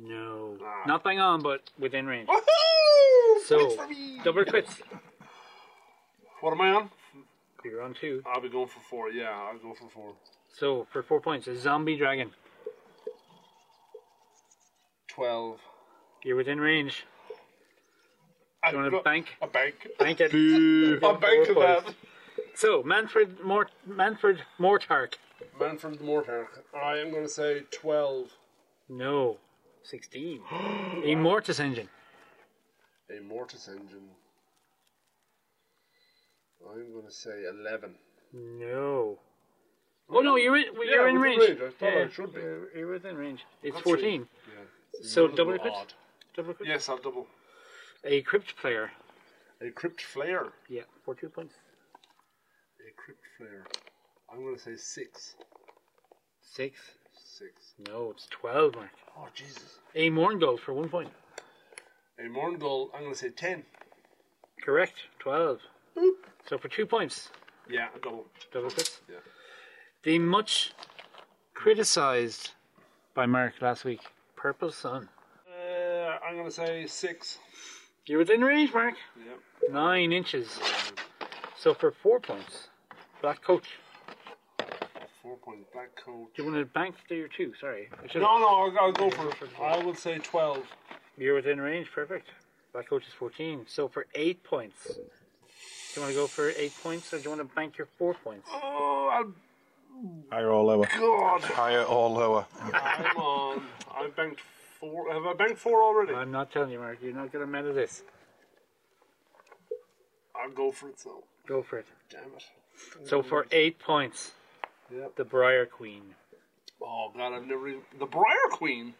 Speaker 1: No, not bang on, but within range. So double quits.
Speaker 4: What am I on?
Speaker 1: You're on two.
Speaker 4: I'll be going for four. Yeah, I'll go for four.
Speaker 1: So for four points, a zombie dragon.
Speaker 4: Twelve.
Speaker 1: You're within range.
Speaker 4: I
Speaker 1: Do you want to
Speaker 4: got-
Speaker 1: bank?
Speaker 4: A bank.
Speaker 1: Bank it.
Speaker 4: A bank of that.
Speaker 1: So Manfred Mort Manfred Mortark.
Speaker 4: Manfred Mortar. I am going to say twelve.
Speaker 1: No,
Speaker 4: [gasps]
Speaker 1: sixteen. a Mortis engine.
Speaker 4: A Mortis engine. I'm going to say eleven.
Speaker 1: No. Oh no, you're in, you're
Speaker 4: Yeah,
Speaker 1: in
Speaker 4: within
Speaker 1: range.
Speaker 4: I thought
Speaker 1: Yeah.
Speaker 4: I should be.
Speaker 1: You're, you're within range. It's
Speaker 4: That's
Speaker 1: 14.
Speaker 4: Yeah.
Speaker 1: So
Speaker 4: It's a
Speaker 1: double
Speaker 4: little
Speaker 1: quits?
Speaker 4: odd.
Speaker 1: Double quick.
Speaker 4: Yes, I'll double.
Speaker 1: A crypt player.
Speaker 4: A crypt flare.
Speaker 1: Yeah, for two points.
Speaker 4: A crypt flare. I'm going to say six.
Speaker 1: Six.
Speaker 4: Six.
Speaker 1: No, it's 12, Mark.
Speaker 4: Oh Jesus.
Speaker 1: A Morngold for one point.
Speaker 4: A Morngull. I'm going to say ten.
Speaker 1: Correct. 12. So for two points,
Speaker 4: Yeah, a double.
Speaker 1: double quits.
Speaker 4: Yeah.
Speaker 1: The much criticized by Mark last week, Purple Sun.
Speaker 4: Uh, I'm going to say six.
Speaker 1: You're within range, Mark.
Speaker 4: Yep.
Speaker 1: Nine inches. So for four points, Black Coach.
Speaker 4: Four point black coat.
Speaker 1: Do you want to bank there too? Sorry. I should've-
Speaker 4: No, no, I'll, I'll go for it. I will say 12.
Speaker 1: You're within range, perfect. Black coach is 14. So for eight points, do you want to go for eight points or do you want to bank your four points?
Speaker 4: Oh, I'm-
Speaker 3: Higher or lower?
Speaker 4: God.
Speaker 3: Higher or lower?
Speaker 4: I'm on. I banked four. Have I banked four already?
Speaker 1: I'm not telling you, Mark. You're not going to matter this.
Speaker 4: I'll go for it, so.
Speaker 1: Go for it.
Speaker 4: Damn it.
Speaker 1: So for eight points,
Speaker 4: Yep.
Speaker 1: the Briar Queen.
Speaker 4: Oh, God, I've never even. The Briar Queen?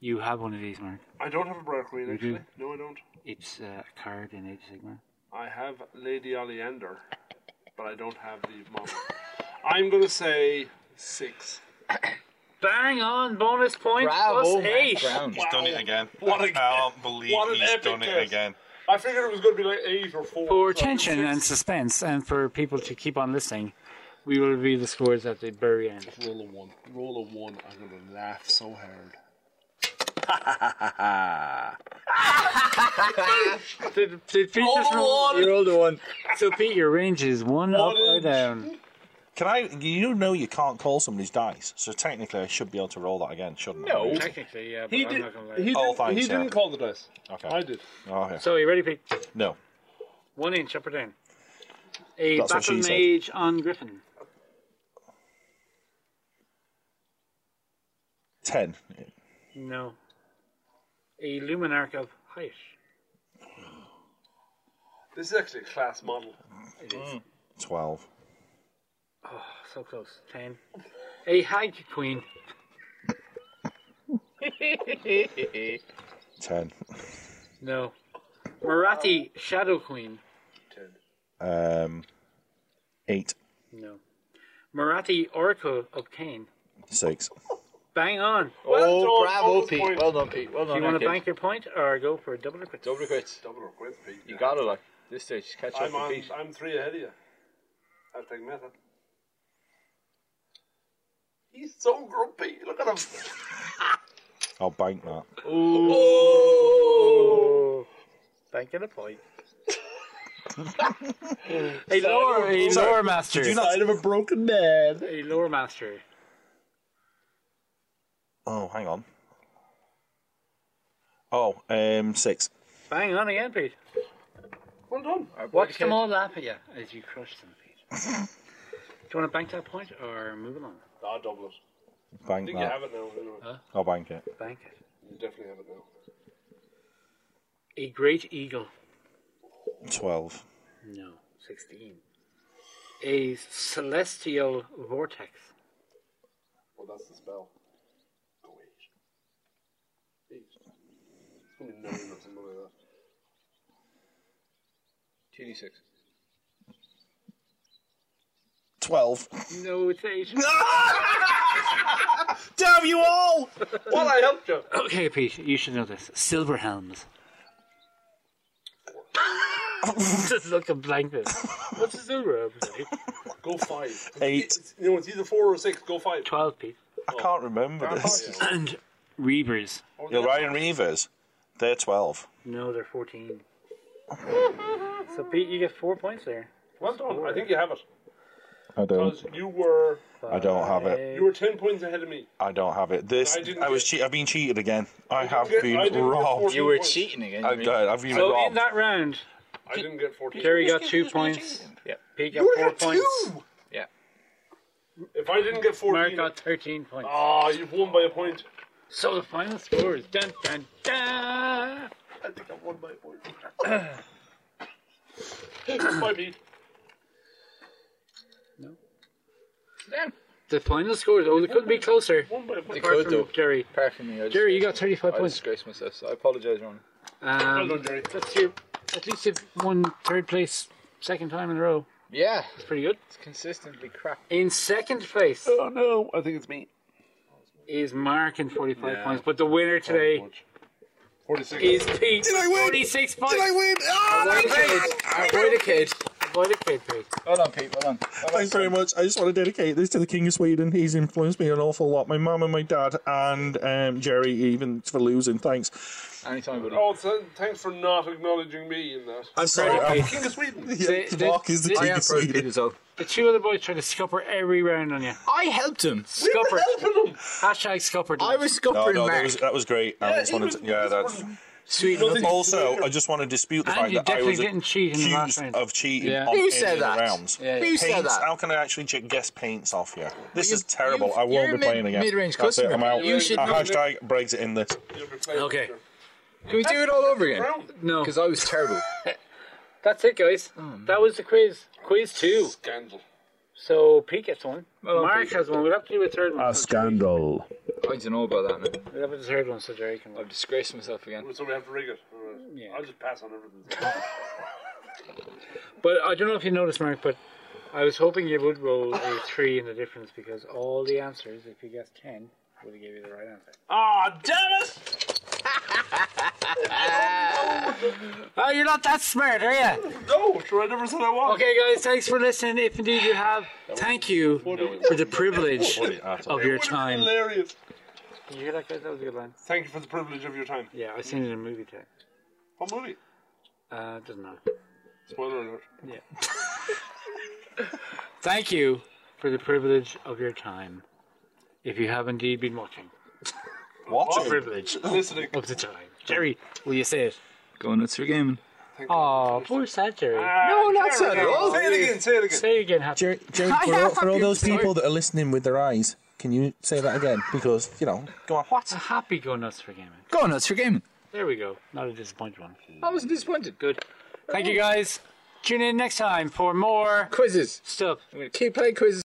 Speaker 1: You have one of these, Mark.
Speaker 4: I don't have a Briar Queen,
Speaker 1: do?
Speaker 4: actually. No, I don't.
Speaker 1: It's uh, a card in Age of Sigma.
Speaker 4: I have Lady Oleander, but I don't have the model. I'm going to say six.
Speaker 1: Bang on, bonus point
Speaker 5: Bravo,
Speaker 1: plus eight.
Speaker 5: Brown.
Speaker 3: He's done it again.
Speaker 4: What
Speaker 3: I
Speaker 4: a-
Speaker 3: can't believe
Speaker 4: what an
Speaker 3: he's
Speaker 4: epic
Speaker 3: done it
Speaker 4: test.
Speaker 3: again.
Speaker 4: I figured it was going to be like eight or four.
Speaker 1: For
Speaker 4: so I
Speaker 1: tension
Speaker 4: did
Speaker 1: and
Speaker 4: six.
Speaker 1: suspense, and for people to keep on listening, we will reveal the scores at the very end.
Speaker 4: Roll a one. Roll a one. I'm going to laugh so
Speaker 5: [laughs]
Speaker 4: hard.
Speaker 1: Did, did Pete just roll?
Speaker 5: You're older one.
Speaker 1: So Pete, your range is one up or down.
Speaker 3: Can I? You know you can't call somebody's dice, so technically I should be able to roll that again, shouldn't I?
Speaker 5: Oh.
Speaker 4: No.
Speaker 1: Technically, yeah, but
Speaker 4: He,
Speaker 1: I'm
Speaker 4: did,
Speaker 1: not gonna lie.
Speaker 4: he,
Speaker 3: Oh,
Speaker 4: didn't,
Speaker 3: thanks,
Speaker 4: he
Speaker 3: yeah.
Speaker 4: didn't call the dice.
Speaker 3: Okay.
Speaker 4: I did.
Speaker 3: Oh, yeah.
Speaker 1: So you ready, Pete?
Speaker 3: No.
Speaker 1: One inch up or down? A
Speaker 3: That's what
Speaker 1: battle
Speaker 3: she said.
Speaker 1: mage on Griffin.
Speaker 3: Ten.
Speaker 1: No. A luminarch of Heish.
Speaker 4: This is actually a class model.
Speaker 1: It is
Speaker 3: Twelve.
Speaker 1: so close. Ten. A hag queen.
Speaker 3: Ten.
Speaker 1: No. Marathi shadow queen.
Speaker 3: Um. Eight.
Speaker 1: No. Marathi oracle of Cain.
Speaker 3: Six.
Speaker 1: Bang on.
Speaker 5: oh,
Speaker 4: done,
Speaker 5: bravo,
Speaker 4: bonus
Speaker 5: Pete.
Speaker 4: point.
Speaker 5: Well done, Pete. Well done.
Speaker 1: Do you want
Speaker 5: that
Speaker 1: to
Speaker 5: kid.
Speaker 1: bank your point or go for a double or quit?
Speaker 5: Double quits.
Speaker 4: Double or quits, Pete.
Speaker 5: You got it, like. This stage, catch up
Speaker 4: I'm
Speaker 5: with
Speaker 4: on.
Speaker 5: Pete.
Speaker 4: I'm three ahead of you. I'll take method. He's so grumpy. Look at him.
Speaker 3: I'll bank that.
Speaker 1: Oh. Banking a [laughs] point. a lore, a lore master.
Speaker 3: of a broken man.
Speaker 1: A lore master.
Speaker 3: Oh, hang on. Oh, um, six.
Speaker 1: Bang on again, Pete.
Speaker 4: Well done.
Speaker 1: Watch them all laugh at you as you crush them, [laughs] Pete. Do you want to bank that point or move along?
Speaker 4: I'll double it. I
Speaker 3: Bank
Speaker 4: think you
Speaker 3: that.
Speaker 4: have it now. Anyway.
Speaker 3: I'll bank it.
Speaker 1: Bank it.
Speaker 4: You definitely have it now.
Speaker 1: A great eagle.
Speaker 3: Twelve.
Speaker 1: No, 16. A celestial vortex.
Speaker 4: Well, that's the spell. Go eight. Eight. It's gonna be nine or something like that.
Speaker 5: TD6.
Speaker 4: [laughs]
Speaker 7: 12.
Speaker 1: No, it's eight.
Speaker 7: Damn you all!
Speaker 5: Well, I helped you.
Speaker 1: Okay, Pete, you should know this. Silver helms. [laughs] Just look at blankness. What's a silver helm? Pete?
Speaker 4: Go five.
Speaker 7: Eight.
Speaker 4: You know, it's either four or six. Go five.
Speaker 1: Twelve, Pete.
Speaker 7: I can't remember this.
Speaker 1: And Reavers.
Speaker 7: You're Ryan Reavers. They're 12.
Speaker 1: No, they're fourteen. so Pete, you get four points there.
Speaker 4: Well done. I think you have it.
Speaker 3: I
Speaker 4: Because
Speaker 3: don't.
Speaker 4: you were
Speaker 3: I don't have it.
Speaker 4: you were ten points ahead of me.
Speaker 3: I don't have it. This.
Speaker 4: I didn't
Speaker 3: I, was.
Speaker 4: get-
Speaker 3: Che- I've been cheated again. I have
Speaker 4: get-
Speaker 3: been
Speaker 4: I didn't get
Speaker 3: robbed.
Speaker 4: forty-
Speaker 5: You were
Speaker 4: points.
Speaker 5: cheating again.
Speaker 3: I've,
Speaker 5: you
Speaker 3: done- I've been
Speaker 1: So in
Speaker 3: robbed.
Speaker 1: that round,
Speaker 4: I didn't get fourteen.
Speaker 1: Jerry got two points.
Speaker 5: Yeah.
Speaker 1: Pete got four points.
Speaker 4: If I didn't get
Speaker 1: Mark
Speaker 4: fourteen,
Speaker 1: got thirteen points.
Speaker 4: ah, you've won by a point.
Speaker 1: So the final score is dun dun dun.
Speaker 4: I think I won by a point. [coughs] Might be.
Speaker 1: The final score is oh, it could be closer.
Speaker 4: Won by a point.
Speaker 5: It
Speaker 1: Apart
Speaker 5: could
Speaker 1: from
Speaker 5: do.
Speaker 1: Jerry.
Speaker 5: Apart from me, I just-
Speaker 1: Jerry, you got thirty-five
Speaker 5: I
Speaker 1: points.
Speaker 5: disgraced myself. So I apologise, Ron.
Speaker 1: Um,
Speaker 4: Well done, Jerry.
Speaker 1: That's your. At least you've won third place second time in a row.
Speaker 5: Yeah,
Speaker 1: It's pretty good.
Speaker 5: it's consistently crap.
Speaker 1: In second place
Speaker 4: Oh no, I think it's me.
Speaker 1: is Mark in 45 points, but the winner today
Speaker 4: Forty-six.
Speaker 1: is Pete. Did I win? 46 points. Did I win?
Speaker 3: Ah,
Speaker 1: Avoid a kid. Avoid a kid, Pete.
Speaker 5: Well done, Pete. Well done. Well done,
Speaker 3: Thanks very
Speaker 5: son.
Speaker 3: much. I just want to dedicate this to the King of Sweden. He's influenced me an awful lot. My mum and my dad, and um, Jerry, even for losing. Thanks.
Speaker 5: Anytime, buddy.
Speaker 4: Oh, th- thanks for not acknowledging me in that.
Speaker 3: I'm sorry. I'm,
Speaker 4: King
Speaker 1: [laughs]
Speaker 4: of Sweden.
Speaker 3: yeah,
Speaker 1: They- they-
Speaker 3: Mark is the
Speaker 1: they-
Speaker 3: King
Speaker 1: I am
Speaker 3: of Sweden.
Speaker 1: The two other boys try to scupper every round on you.
Speaker 5: I helped him.
Speaker 1: Scupper. Hashtag scupper.
Speaker 5: I was
Speaker 3: No,
Speaker 5: scuppering
Speaker 3: no, that
Speaker 5: Mark.
Speaker 3: was, that was great. I just wanted to, yeah, that's.
Speaker 1: Sweden.
Speaker 3: Also, I just want to dispute the
Speaker 1: And
Speaker 3: fact
Speaker 1: you
Speaker 3: that I
Speaker 1: definitely
Speaker 3: was
Speaker 1: didn't cheat in the last
Speaker 3: accused
Speaker 1: round.
Speaker 3: of cheating
Speaker 1: Yeah.
Speaker 3: on
Speaker 5: Who
Speaker 3: any
Speaker 5: said
Speaker 3: of the
Speaker 5: that?
Speaker 3: rounds.
Speaker 5: Yeah, yeah. Who
Speaker 3: Paints,
Speaker 5: said that?
Speaker 3: How can I actually ch- guess paints off here? This is
Speaker 5: you-
Speaker 3: terrible.
Speaker 5: you-
Speaker 3: I won't
Speaker 5: you're
Speaker 3: be
Speaker 5: a mid-
Speaker 3: playing again.
Speaker 5: mid-range
Speaker 3: That's it, I'm
Speaker 5: customer.
Speaker 3: out.
Speaker 5: You should
Speaker 3: I
Speaker 5: know
Speaker 3: hashtag Brexit in this.
Speaker 1: Okay.
Speaker 5: Can we do it all over again?
Speaker 1: No.
Speaker 5: Because I was terrible.
Speaker 1: That's it, guys. that was the quiz. Quiz two.
Speaker 4: Scandal.
Speaker 1: So Pete gets one.
Speaker 5: Well,
Speaker 1: Mark
Speaker 5: Pete.
Speaker 1: has one. We'll have to do a third one.
Speaker 3: scandal.
Speaker 5: I don't know about that, man.
Speaker 1: We'll have to do a third one so Jerry can win.
Speaker 5: I've disgraced myself again.
Speaker 4: So we have to rig it. All right.
Speaker 1: Yeah.
Speaker 4: I'll just pass on everything.
Speaker 1: But I don't know if you noticed, Mark, but I was hoping you would roll a three in the difference because all the answers, if you guessed ten, would have given you the right answer.
Speaker 4: Ah, damn it!
Speaker 1: Oh, you're not that smart, are you?
Speaker 4: No, sure I never said I won.
Speaker 1: Okay, guys, thanks for listening. If indeed you have, thank you for the privilege of your time.
Speaker 4: Hilarious.
Speaker 1: Did you hear that, guys? That was a good line.
Speaker 4: Thank you for the privilege of your time.
Speaker 1: Yeah, I seen it in a movie today.
Speaker 4: What movie?
Speaker 1: Uh, it doesn't matter.
Speaker 4: Spoiler [laughs] alert.
Speaker 1: Thank you for the privilege of your time. If you have indeed been watching,
Speaker 3: Watch it.
Speaker 1: privilege
Speaker 4: Listening.
Speaker 1: of the time. Jerry, will you say it?
Speaker 5: Going nuts for gaming.
Speaker 1: Oh, poor sad Jerry.
Speaker 5: No, not so Oh, at all.
Speaker 4: Say it again, say it again.
Speaker 1: Say it again, happy.
Speaker 3: Jerry, Jerry
Speaker 1: [laughs]
Speaker 3: for, all, for all those people that are listening with their eyes, can you say that again? Because, you know, go on.
Speaker 1: It's a happy go nuts for gaming.
Speaker 5: Going nuts for gaming.
Speaker 1: There we go. Not a disappointed one.
Speaker 5: I was disappointed. Good.
Speaker 1: Thank you guys. Tune in next time for more
Speaker 5: Quizzes.
Speaker 1: stuff.
Speaker 5: I'm going to keep playing quizzes.